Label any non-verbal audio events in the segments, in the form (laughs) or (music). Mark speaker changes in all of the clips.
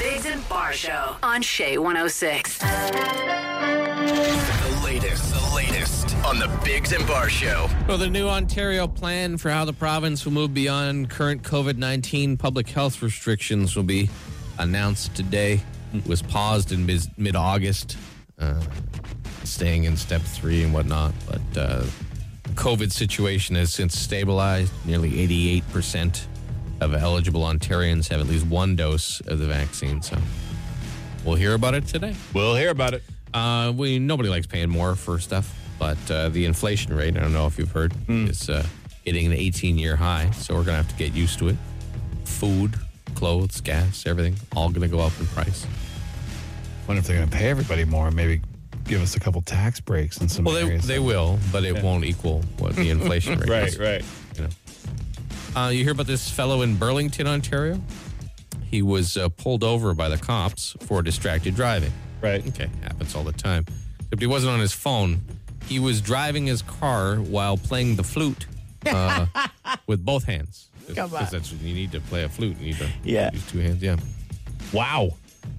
Speaker 1: Bigs and Bar Show on Shea 106.
Speaker 2: The latest, the latest on the Bigs and Bar Show.
Speaker 3: Well, the new Ontario plan for how the province will move beyond current COVID 19 public health restrictions will be announced today. It was paused in mid August, uh, staying in step three and whatnot. But uh, COVID situation has since stabilized. Nearly 88% of eligible Ontarians have at least one dose of the vaccine. So we'll hear about it today.
Speaker 4: We'll hear about it.
Speaker 3: Uh, we nobody likes paying more for stuff, but uh, the inflation rate, I don't know if you've heard, is uh, hitting an 18 year high. So we're going to have to get used to it. Food, clothes, gas, everything, all going to go up in price.
Speaker 4: Wonder if they're going to pay everybody more. Maybe give us a couple tax breaks in some
Speaker 3: Well, they,
Speaker 4: areas.
Speaker 3: they will, but it won't equal what (laughs) the inflation rate
Speaker 4: right,
Speaker 3: is.
Speaker 4: right.
Speaker 3: you know. Uh, you hear about this fellow in Burlington, Ontario? He was uh, pulled over by the cops for distracted driving.
Speaker 4: Right.
Speaker 3: Okay, happens all the time. Except he wasn't on his phone. He was driving his car while playing the flute
Speaker 4: (laughs)
Speaker 3: uh, with both hands.
Speaker 4: Come on.
Speaker 3: Because that's what you need to play a flute. You need to
Speaker 4: Yeah.
Speaker 3: use two hands. Yeah.
Speaker 4: Wow.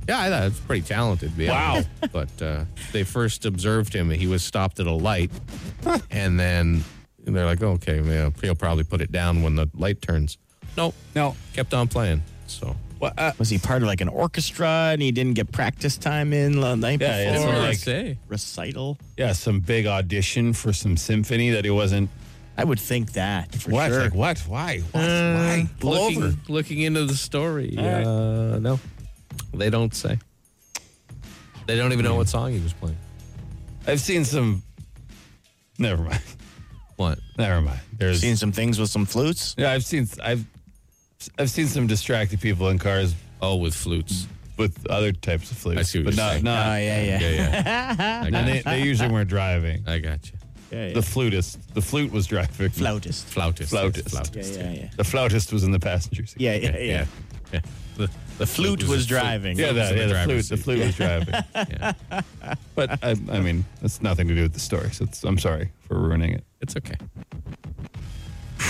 Speaker 3: Yeah, I thought it was pretty talented. to be
Speaker 4: Wow.
Speaker 3: honest. (laughs) But uh, they first observed him. He was stopped at a
Speaker 4: (laughs)
Speaker 3: light. and then they're like, okay, man, he'll probably put it down when the light turns. Nope.
Speaker 5: No.
Speaker 3: Kept on playing. So.
Speaker 5: Was he part of like an orchestra and he didn't get practice time in the night
Speaker 4: Yeah, yeah, that's
Speaker 5: before?
Speaker 4: what I
Speaker 5: like
Speaker 4: like.
Speaker 3: say.
Speaker 5: recital?
Speaker 4: Yeah, some big audition for some symphony that he wasn't.
Speaker 5: I would think that for
Speaker 4: what?
Speaker 5: sure.
Speaker 4: Like, what? Why? What? Why? Pull
Speaker 3: Uh, looking,
Speaker 4: over.
Speaker 3: looking into the story.
Speaker 4: right.
Speaker 3: Uh, no, they don't say. They don't even know what song he was playing.
Speaker 4: I've seen some. Never mind. (laughs)
Speaker 3: What?
Speaker 4: Never mind. There's.
Speaker 5: Seen some things with some flutes.
Speaker 4: yeah, I've seen. I've. I've seen some distracted people in cars
Speaker 3: Oh, with flutes.
Speaker 4: with other types of flutes,
Speaker 3: I see what
Speaker 4: but
Speaker 3: you're
Speaker 4: not.
Speaker 3: saying.
Speaker 4: not
Speaker 5: oh yeah, yeah.
Speaker 3: Yeah, yeah. I got,
Speaker 4: and they,
Speaker 3: you. (laughs)
Speaker 4: they usually weren't driving.
Speaker 3: I got you.
Speaker 5: yeah, yeah.
Speaker 4: The flutist. The flute was driving.
Speaker 5: flautist.
Speaker 3: Flautist.
Speaker 4: Flautist.
Speaker 5: Yeah,
Speaker 3: Flautist.
Speaker 5: yeah, yeah.
Speaker 4: The flautist was in the passenger seat.
Speaker 5: Yeah, yeah, yeah.
Speaker 3: yeah. (laughs) The, the
Speaker 5: Flute was
Speaker 3: a
Speaker 5: driving.
Speaker 4: Yeah,
Speaker 3: was
Speaker 4: that,
Speaker 3: in the
Speaker 4: yeah, the,
Speaker 3: driver's
Speaker 4: flute. The
Speaker 3: seat.
Speaker 4: flute was (laughs) driving.
Speaker 3: Yeah.
Speaker 4: But I, I mean, that's nothing to do with the story. So it's, I'm sorry for ruining it.
Speaker 3: It's okay.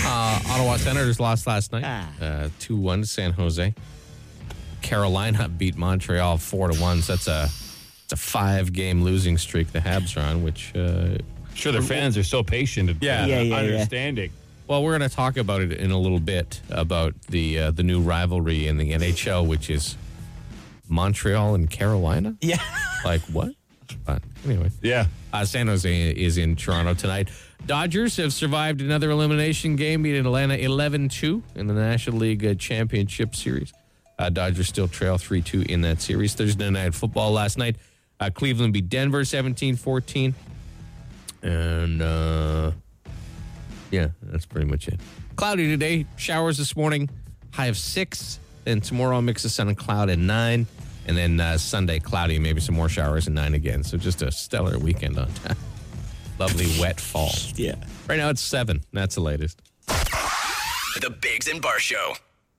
Speaker 3: Uh, Ottawa Senators lost last night, uh, two one to San Jose. Carolina (laughs) beat Montreal four to one. So that's a it's a five game losing streak the Habs are on. Which uh,
Speaker 4: Sure, their fans are so patient. And
Speaker 3: Yeah,
Speaker 5: yeah, yeah.
Speaker 4: understanding.
Speaker 3: well, we're going to talk about it in a little bit about the uh, the new rivalry in the NHL, which is Montreal and Carolina.
Speaker 5: Yeah. (laughs)
Speaker 3: Like what? But anyway.
Speaker 4: Yeah.
Speaker 3: Uh, San Jose is in Toronto tonight. Dodgers have survived another elimination game, beating Atlanta 11 2 in the National League uh, Championship Series. Uh, Dodgers still trail 3 2 in that series. Thursday night football last night. Uh, Cleveland beat Denver 17 14. And uh, yeah, that's pretty much it. Cloudy today, showers this morning, high of six. Then tomorrow, mix of sun and cloud at nine. And then uh, Sunday, cloudy, maybe some more showers and nine again. So just a stellar weekend on (laughs) tap. Lovely wet fall.
Speaker 5: Yeah.
Speaker 3: Right now it's seven. That's the latest.
Speaker 2: The Bigs and Bar Show.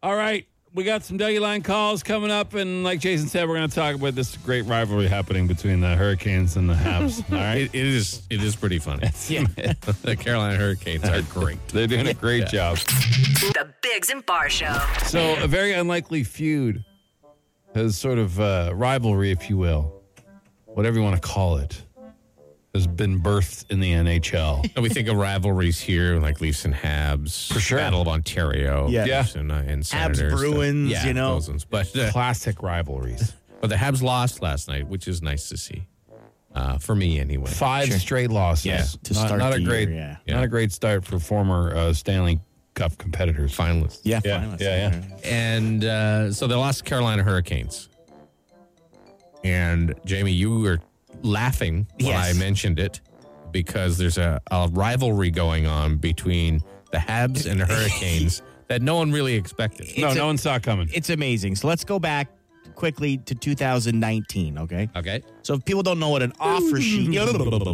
Speaker 4: All right. We got some Dougie Line calls coming up. And like Jason said, we're going to talk about this great rivalry happening between the Hurricanes and the Habs.
Speaker 5: (laughs)
Speaker 4: All right.
Speaker 3: It, it is it is pretty funny. (laughs) the Carolina Hurricanes are great.
Speaker 4: They're doing a great job.
Speaker 1: The Bigs and Bar Show.
Speaker 4: So, a very unlikely feud has sort of uh, rivalry, if you will, whatever you want to call it, has been birthed in the NHL.
Speaker 3: And we think of rivalries here, like Leafs and Habs, for
Speaker 4: sure.
Speaker 3: Battle of Ontario,
Speaker 5: Yeah.
Speaker 4: Yeah.
Speaker 3: Leafs and, uh, and Senators, (laughs)
Speaker 5: Bruins,
Speaker 3: yeah,
Speaker 5: you know.
Speaker 3: those ones. But uh,
Speaker 4: Classic rivalries.
Speaker 3: But the Habs lost last night, which is nice to see. Uh, for me, anyway.
Speaker 4: Five straight losses.
Speaker 3: Yeah,
Speaker 5: to
Speaker 4: not,
Speaker 5: start
Speaker 4: not
Speaker 5: the
Speaker 4: a
Speaker 5: year,
Speaker 4: great,
Speaker 5: yeah.
Speaker 3: Yeah.
Speaker 4: not a great start for former uh, Stanley Cup competitors.
Speaker 3: Finalists.
Speaker 5: Yeah.
Speaker 4: Yeah,
Speaker 5: finalists.
Speaker 4: yeah, yeah.
Speaker 3: And uh, so they lost to Carolina Hurricanes. And Jamie, you were laughing when
Speaker 5: Yes.
Speaker 3: I mentioned it because there's a, a rivalry going on between the Habs
Speaker 4: (laughs)
Speaker 3: and the Hurricanes that no one really expected.
Speaker 4: No,
Speaker 5: It's
Speaker 4: no
Speaker 5: a-
Speaker 4: one saw it coming.
Speaker 5: It's amazing. So let's go back quickly to 2019. Okay.
Speaker 3: Okay.
Speaker 5: So if people don't know what an offer
Speaker 4: (laughs)
Speaker 5: sheet, (laughs)
Speaker 4: yeah,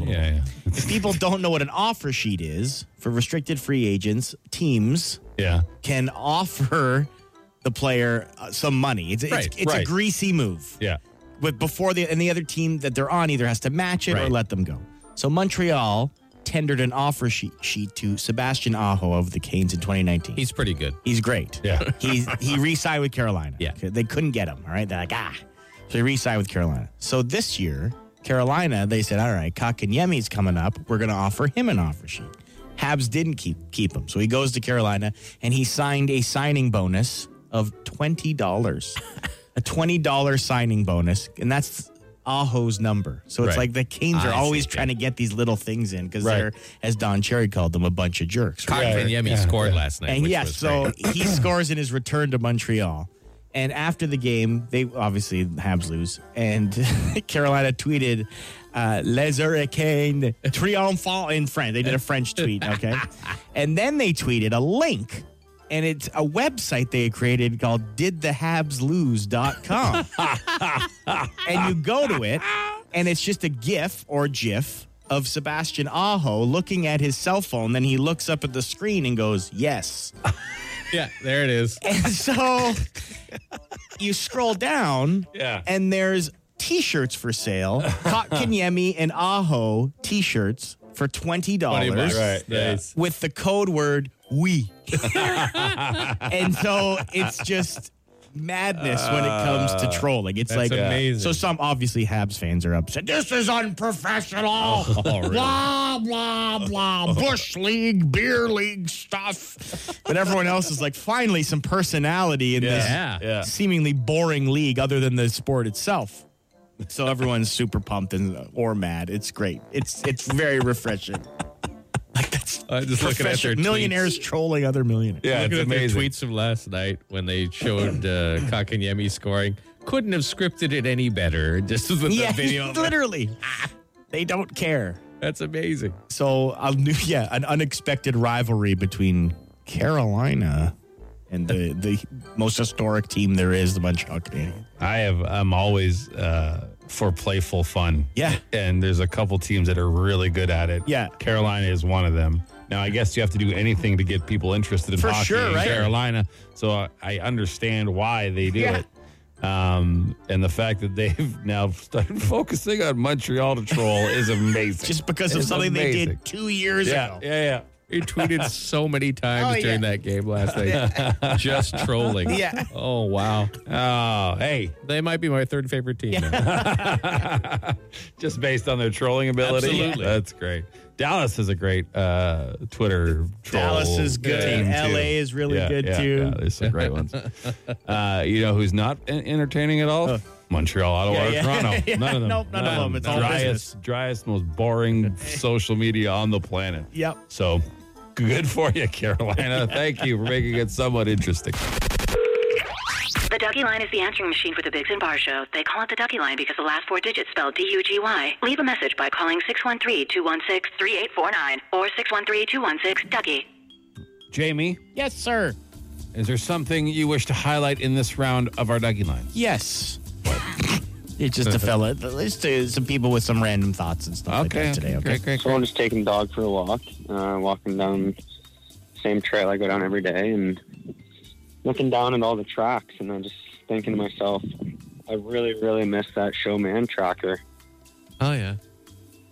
Speaker 4: yeah,
Speaker 5: if people don't know what an offer sheet is for restricted free agents, teams
Speaker 4: yeah.
Speaker 5: can offer the player uh, some money. It's it's,
Speaker 3: Right,
Speaker 5: it's
Speaker 4: right.
Speaker 5: a greasy move.
Speaker 4: Yeah.
Speaker 5: But before the and the other team that they're on either has to match it or
Speaker 3: Right.
Speaker 5: let them go. So Montreal tendered an offer sheet, sheet to Sebastian Aho of the Canes in 2019.
Speaker 3: He's pretty good.
Speaker 5: He's great.
Speaker 4: Yeah.
Speaker 5: He's (laughs) he re-signed with Carolina.
Speaker 3: Yeah.
Speaker 5: Okay, They couldn't get him. All right. They're like, ah. So he re-signed with Carolina. So this year, Carolina, they said, all right, Kakanyemi's coming up. We're gonna offer him an offer sheet. Habs didn't keep keep him. So he goes to Carolina and he signed a signing bonus of twenty dollars. a twenty dollar signing bonus. And that's Aho's number. So it's
Speaker 3: Right.
Speaker 5: like the Canes are
Speaker 3: I see,
Speaker 5: always
Speaker 3: yeah.
Speaker 5: trying to get these little things in because
Speaker 4: Right.
Speaker 5: they're, as Don Cherry called them, a bunch of jerks.
Speaker 3: Cock
Speaker 4: Yeah,
Speaker 3: and Yemi
Speaker 4: yeah,
Speaker 3: scored
Speaker 4: yeah.
Speaker 3: last night.
Speaker 5: And
Speaker 3: which
Speaker 5: yes,
Speaker 3: was
Speaker 5: so
Speaker 3: great. (clears throat)
Speaker 5: he scores in his return to Montreal. And after the game, they obviously Habs lose, and (laughs) Carolina tweeted uh, "Les Hurricanes triomphant" in French. They did a French tweet,
Speaker 3: (laughs)
Speaker 5: okay, and then they tweeted a link, and it's a website they created called
Speaker 3: (laughs)
Speaker 5: DidTheHabsLose.com. and you go to it, and it's just a GIF or GIF of Sebastian Aho looking at his cell phone. Then he looks up at the screen and goes, "Yes."
Speaker 3: yeah, there it is.
Speaker 5: And so you scroll down,
Speaker 4: Yeah.
Speaker 5: and there's t-shirts for sale. Kotkaniemi and Aho t-shirts for twenty dollars
Speaker 4: Right. Yeah.
Speaker 3: Nice.
Speaker 5: with the code word
Speaker 3: (laughs)
Speaker 5: we. and so it's just madness when it comes to trolling. It's
Speaker 3: Uh, that's
Speaker 5: like uh,
Speaker 3: amazing.
Speaker 5: so some obviously Habs fans are upset. This
Speaker 3: (laughs)
Speaker 5: is unprofessional.
Speaker 3: Oh,
Speaker 5: Blah blah blah. Bush league, beer league stuff. But everyone else is like, finally some personality in this
Speaker 3: Yeah.
Speaker 4: Yeah.
Speaker 5: seemingly boring league other than the sport itself. So everyone's super pumped and uh, or mad. It's great. It's it's
Speaker 3: (laughs)
Speaker 5: very refreshing. Like that's
Speaker 3: I was just looking at their
Speaker 5: professional- millionaires trolling other millionaires.
Speaker 4: Yeah,
Speaker 3: Looking
Speaker 4: it's
Speaker 3: at their
Speaker 4: amazing.
Speaker 3: tweets from last night when they showed (laughs) uh, Kakanyemi scoring. Couldn't have scripted it any better. Just with
Speaker 5: Yeah, (laughs)
Speaker 3: the video.
Speaker 5: literally. Ah, They don't care.
Speaker 3: That's amazing.
Speaker 5: So a new, (laughs) yeah, an unexpected rivalry between Carolina
Speaker 4: (laughs)
Speaker 5: and the the most historic team there is, the Montreal Canadiens.
Speaker 4: I have. I'm always uh, for playful fun.
Speaker 5: Yeah.
Speaker 4: And there's a couple teams that are really good at it.
Speaker 5: Yeah.
Speaker 4: Carolina is one of them. Now, I guess you have to do anything to get people interested in
Speaker 5: For
Speaker 4: hockey
Speaker 5: sure,
Speaker 4: in
Speaker 5: right?
Speaker 4: Carolina. So I, I understand why they do
Speaker 5: Yeah.
Speaker 4: it. Um, and the fact that they've now started (laughs) focusing on Montreal to troll is amazing.
Speaker 5: Just because of
Speaker 4: It's
Speaker 5: something they
Speaker 4: amazing.
Speaker 5: did two years
Speaker 4: yeah,
Speaker 5: ago.
Speaker 4: yeah, yeah.
Speaker 3: He (laughs) tweeted so many times
Speaker 5: Oh,
Speaker 3: during
Speaker 5: yeah.
Speaker 3: that game last (laughs) night. Just trolling.
Speaker 5: Yeah.
Speaker 4: (laughs)
Speaker 5: (laughs)
Speaker 3: Oh, wow.
Speaker 4: Oh, hey,
Speaker 3: They might be my third favorite team. now.
Speaker 4: just based on their trolling ability.
Speaker 3: Absolutely.
Speaker 4: That's great. Dallas is a great uh, Twitter troll.
Speaker 5: Dallas is good.
Speaker 4: team, too.
Speaker 5: LA is really
Speaker 4: Yeah,
Speaker 5: good
Speaker 4: yeah,
Speaker 5: too.
Speaker 4: Yeah, there's some great
Speaker 5: (laughs)
Speaker 4: ones. Uh, you know who's not en- entertaining at all? Montreal, Ottawa,
Speaker 5: Yeah,
Speaker 4: or
Speaker 5: yeah.
Speaker 4: Toronto.
Speaker 5: (laughs) Yeah,
Speaker 4: None of them.
Speaker 5: nope, none of them. It's all business.
Speaker 4: driest, driest, most boring
Speaker 5: (laughs)
Speaker 4: social media on the planet.
Speaker 5: Yep.
Speaker 4: So good for you,
Speaker 5: (laughs)
Speaker 4: Carolina. Thank you for making it somewhat interesting.
Speaker 1: The Ducky Line is the answering machine for the Biggs and Bar Show. They call it the Ducky Line because the last four digits spell D U G Y. Leave a message by calling 613 216 3849 or 613 216 Ducky.
Speaker 4: Jamie,
Speaker 5: Yes, sir.
Speaker 4: is there something you wish to highlight in this round of our Dougie line?
Speaker 5: Yes. (laughs) It's just
Speaker 4: (laughs)
Speaker 5: a fella. It's uh, some people with some random thoughts and stuff like that today. Okay.
Speaker 4: Great, great,
Speaker 6: So I'm
Speaker 4: great.
Speaker 6: just taking the dog for a walk, uh, walking down same trail I go down every day, and looking down at all the tracks, and I'm just thinking to myself, I really, really miss that showman tracker.
Speaker 3: oh, yeah.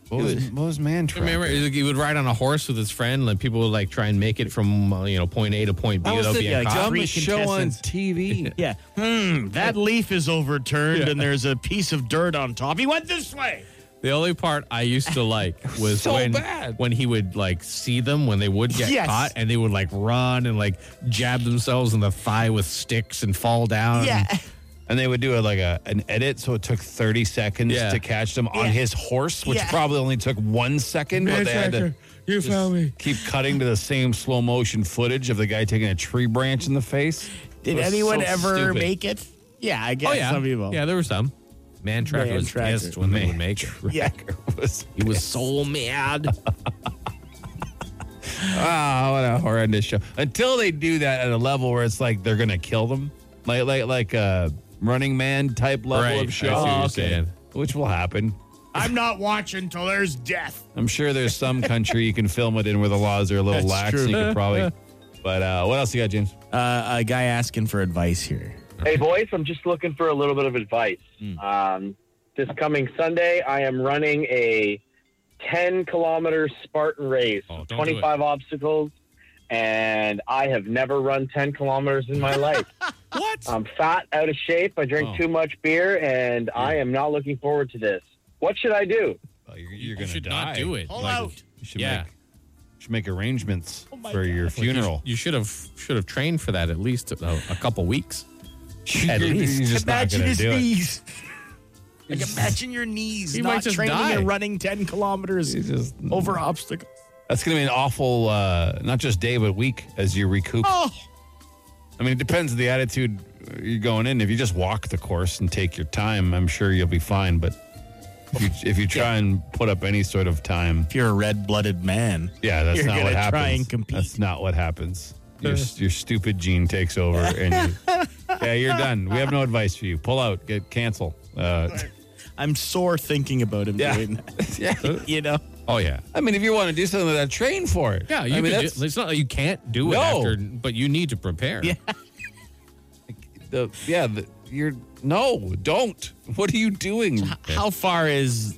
Speaker 4: What was, what was man track?
Speaker 3: (laughs) Remember, he would ride on a horse with his friend, and people would like try and make it from uh, you know point A to point B.
Speaker 4: That was
Speaker 3: without
Speaker 4: the
Speaker 3: being caught.
Speaker 4: dumbest
Speaker 5: Three
Speaker 4: show on
Speaker 5: contestants.
Speaker 4: (laughs) TV.
Speaker 5: Yeah. Hmm. That leaf is overturned and there's a piece of dirt on top. He went this way.
Speaker 3: The only part I used to (laughs) like was
Speaker 4: So
Speaker 3: when
Speaker 4: bad.
Speaker 3: when he would like see them when they would get
Speaker 5: Yes.
Speaker 3: caught and they would like run and like jab themselves in the thigh with sticks and fall down.
Speaker 4: And they would do a, like a an edit, so it took thirty seconds
Speaker 3: Yeah.
Speaker 4: to catch them on
Speaker 5: Yeah.
Speaker 4: his horse, which
Speaker 5: Yeah.
Speaker 4: probably only took one second. but they had to
Speaker 3: you
Speaker 4: just
Speaker 3: found me.
Speaker 4: keep cutting to the same slow motion footage of the guy taking a tree branch in the face. It
Speaker 5: Did
Speaker 4: was
Speaker 5: anyone
Speaker 4: so
Speaker 5: ever
Speaker 4: stupid.
Speaker 5: make it? Yeah, I guess
Speaker 3: Oh yeah,
Speaker 5: some people.
Speaker 3: yeah, there were some. Man Tracker
Speaker 5: Man
Speaker 3: was
Speaker 5: Tracker.
Speaker 3: pissed when they would make it.
Speaker 5: Yeah.
Speaker 4: It (laughs) was
Speaker 3: He was so mad.
Speaker 4: ah, what a horrendous show. Until they do that at a level where it's like they're gonna kill them, like like like a Running Man type level
Speaker 3: Right. I
Speaker 4: of show.
Speaker 3: see what you're
Speaker 4: Oh,
Speaker 3: saying.
Speaker 4: Which will happen.
Speaker 5: I'm not watching till there's death.
Speaker 4: I'm sure there's some country you can film it in where the laws are a little
Speaker 5: That's
Speaker 4: lax.
Speaker 5: true.
Speaker 4: And you could
Speaker 5: (laughs)
Speaker 4: probably. But uh, what else you got, James?
Speaker 5: Uh, a guy asking for advice here.
Speaker 7: Hey, boys, I'm just looking for a
Speaker 3: Hmm.
Speaker 7: little bit of advice. Um, this coming Sunday, I am running a 10 kilometer Spartan race,
Speaker 3: Oh, don't do it.
Speaker 7: 25 obstacles, and I have never run 10 kilometers
Speaker 3: (laughs)
Speaker 7: in my life.
Speaker 3: What?
Speaker 7: I'm fat, out of shape. I drink
Speaker 3: Oh.
Speaker 7: too much beer, and I am not looking forward to this. What should I do?
Speaker 4: Well, you're you're
Speaker 3: you
Speaker 4: going to
Speaker 3: should
Speaker 4: die.
Speaker 3: not do it.
Speaker 5: Pull
Speaker 3: Like,
Speaker 5: out.
Speaker 4: You should,
Speaker 3: Yeah. Oh
Speaker 4: make, you should make arrangements
Speaker 5: my
Speaker 4: for your
Speaker 3: like, you-
Speaker 4: funeral.
Speaker 3: You, should have should have trained for that at least a, a couple weeks.
Speaker 4: At
Speaker 3: You're-
Speaker 4: least. You're just not
Speaker 5: imagine
Speaker 4: going to
Speaker 5: his
Speaker 4: do it.
Speaker 5: (laughs) knees. like imagine your knees
Speaker 3: He might
Speaker 5: not
Speaker 3: just
Speaker 5: training
Speaker 3: die.
Speaker 5: and running ten kilometers
Speaker 4: just-
Speaker 5: over (laughs) obstacles.
Speaker 4: That's going to be an awful, uh, not just day, but week as you recoup.
Speaker 5: Oh,
Speaker 4: I mean, it depends on the attitude you're going in. If you just walk the course and take your time, I'm sure you'll be fine. But if you, if you try and put up any sort of time,
Speaker 5: if you're a red-blooded man,
Speaker 4: yeah, that's
Speaker 5: You're
Speaker 4: not what
Speaker 5: gonna
Speaker 4: happens.
Speaker 5: try and compete.
Speaker 4: That's not what happens. Your, your stupid gene takes over, and you, yeah, you're done. We have no advice for you. Pull out. Get cancel. Uh,
Speaker 5: I'm sore thinking about him
Speaker 4: Yeah.
Speaker 5: doing
Speaker 4: (laughs)
Speaker 5: that.
Speaker 4: yeah.
Speaker 5: (laughs) You know,
Speaker 4: Oh yeah. I mean, if you want to do something with that, train for it.
Speaker 3: Yeah, you
Speaker 4: I mean,
Speaker 3: could
Speaker 4: that's
Speaker 3: do, it's not like you can't do it
Speaker 4: No.
Speaker 3: after, but you need to prepare.
Speaker 5: Yeah.
Speaker 4: the yeah. The, you're no, don't. What are you doing?
Speaker 5: how far is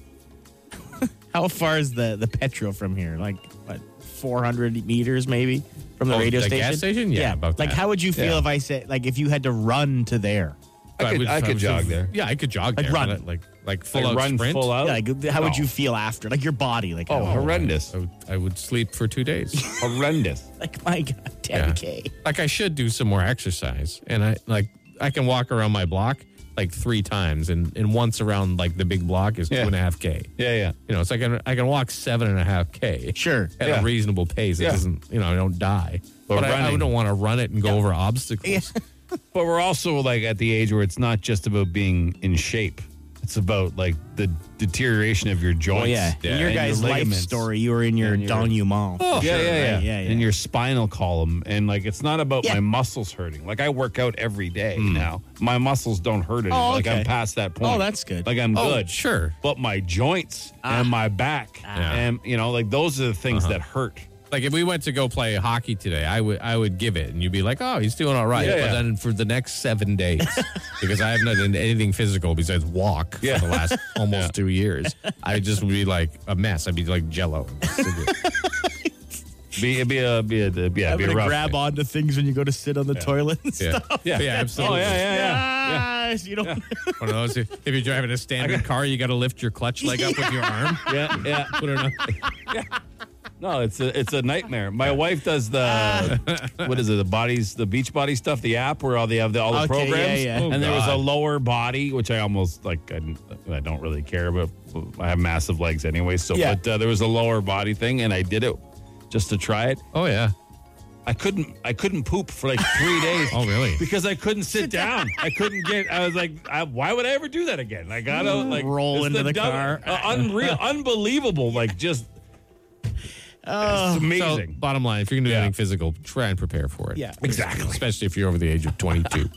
Speaker 5: (laughs) how far is the the petrol from here? Like what, 400 meters maybe from the
Speaker 3: Oh,
Speaker 5: radio
Speaker 3: the
Speaker 5: station?
Speaker 3: gas station? Yeah, about
Speaker 5: like
Speaker 3: that.
Speaker 5: how would you feel
Speaker 4: Yeah.
Speaker 5: if I said like if you had to run to there?
Speaker 4: I could,
Speaker 3: would-
Speaker 4: I could
Speaker 3: would-
Speaker 4: jog there.
Speaker 3: Yeah, I could jog
Speaker 5: Like
Speaker 3: there.
Speaker 5: run.
Speaker 3: but, Like like full
Speaker 4: Like,
Speaker 3: out
Speaker 4: run
Speaker 3: sprint.
Speaker 4: full out.
Speaker 5: Yeah, like, how would
Speaker 4: No.
Speaker 5: you feel after? Like your body, like
Speaker 4: Oh,
Speaker 5: how-
Speaker 4: horrendous.
Speaker 3: I would, I would sleep for two days.
Speaker 4: horrendous.
Speaker 5: like my god, 10k.
Speaker 3: like I should do some more exercise, and I like I can walk around my block like three times, and, and once around like the big block is
Speaker 4: Yeah.
Speaker 3: two and a half k.
Speaker 4: Yeah, yeah.
Speaker 3: You know, so I can I can walk seven and a half k.
Speaker 5: Sure.
Speaker 3: at
Speaker 4: Yeah.
Speaker 3: a reasonable pace. It
Speaker 4: Yeah.
Speaker 3: doesn't, you know, I don't die.
Speaker 4: But
Speaker 3: But, I, I
Speaker 4: running.
Speaker 3: don't want to run it and go over obstacles.
Speaker 4: But we're also like at the age where it's not just about being in shape. It's about like the deterioration of your joints.
Speaker 5: Oh yeah. In your
Speaker 4: and
Speaker 5: guys' life
Speaker 4: ligaments.
Speaker 5: story, you were in your
Speaker 4: And your-
Speaker 5: denouement.
Speaker 4: Yeah, yeah, yeah.
Speaker 5: right? Yeah, yeah.
Speaker 4: In your spinal column. And like it's not about
Speaker 5: Yeah. Hmm.
Speaker 4: my muscles hurting. Like I work out every day now. My muscles don't hurt anymore. Like
Speaker 5: Oh, okay.
Speaker 4: I'm past that point.
Speaker 5: Oh, Ah. that's good.
Speaker 4: Like
Speaker 3: (laughs)
Speaker 4: I'm
Speaker 3: Oh,
Speaker 4: good.
Speaker 3: sure.
Speaker 4: But my joints and my back and you know, like those are the things
Speaker 5: Uh-huh.
Speaker 4: that hurt.
Speaker 3: Like if we went to go play hockey today, I would I would give it, and you'd be like, "Oh, he's doing all right."
Speaker 4: Yeah,
Speaker 3: but
Speaker 4: yeah.
Speaker 3: then for the next seven days,
Speaker 4: (laughs)
Speaker 3: because I haven't done anything physical besides walk
Speaker 4: Yeah.
Speaker 3: for the last almost two years, I just would be like a mess. I'd be like Jello.
Speaker 4: (laughs) Be it'd be a be a be a,
Speaker 5: I'm
Speaker 4: be a
Speaker 5: gonna
Speaker 4: rough
Speaker 5: grab
Speaker 4: day.
Speaker 5: onto things when you go to sit on the toilet and
Speaker 3: yeah.
Speaker 5: stuff.
Speaker 3: yeah,
Speaker 4: Yeah.
Speaker 3: absolutely.
Speaker 4: Oh yeah, yeah, yeah.
Speaker 5: Guys, you don't
Speaker 3: One of those. If if you're driving a standard car, you got to lift your clutch leg up with your arm.
Speaker 4: Yeah, (laughs) yeah.
Speaker 3: Put it on.
Speaker 4: No, it's a it's a nightmare. My wife does the
Speaker 5: (laughs)
Speaker 4: what is it? The bodies, the beach body stuff, the app where all they have the, all the
Speaker 5: Okay, yeah,
Speaker 4: programs.
Speaker 5: yeah.
Speaker 4: And
Speaker 3: Oh,
Speaker 4: there was a
Speaker 3: God.
Speaker 4: lower body, which I almost like. I, didn't- I don't really care, but I have massive legs anyway. So,
Speaker 5: Yeah.
Speaker 4: but uh, there was a lower body thing, and I did it just to try it.
Speaker 3: Oh yeah.
Speaker 4: I couldn't I couldn't poop for like
Speaker 5: (laughs)
Speaker 4: three days.
Speaker 3: Oh really?
Speaker 4: Because I couldn't sit down. I couldn't get. I was like, I, why would I ever do that again? I gotta like
Speaker 5: Roll
Speaker 4: it's
Speaker 5: into the
Speaker 4: dumb-
Speaker 5: car.
Speaker 4: uh, unreal, unbelievable. Like just, it's amazing.
Speaker 3: So, bottom line, if you're going to do
Speaker 4: Yeah.
Speaker 3: anything physical, try and prepare for it.
Speaker 5: Yeah.
Speaker 4: Exactly.
Speaker 3: Especially if you're over the age of
Speaker 4: (laughs)
Speaker 3: 22.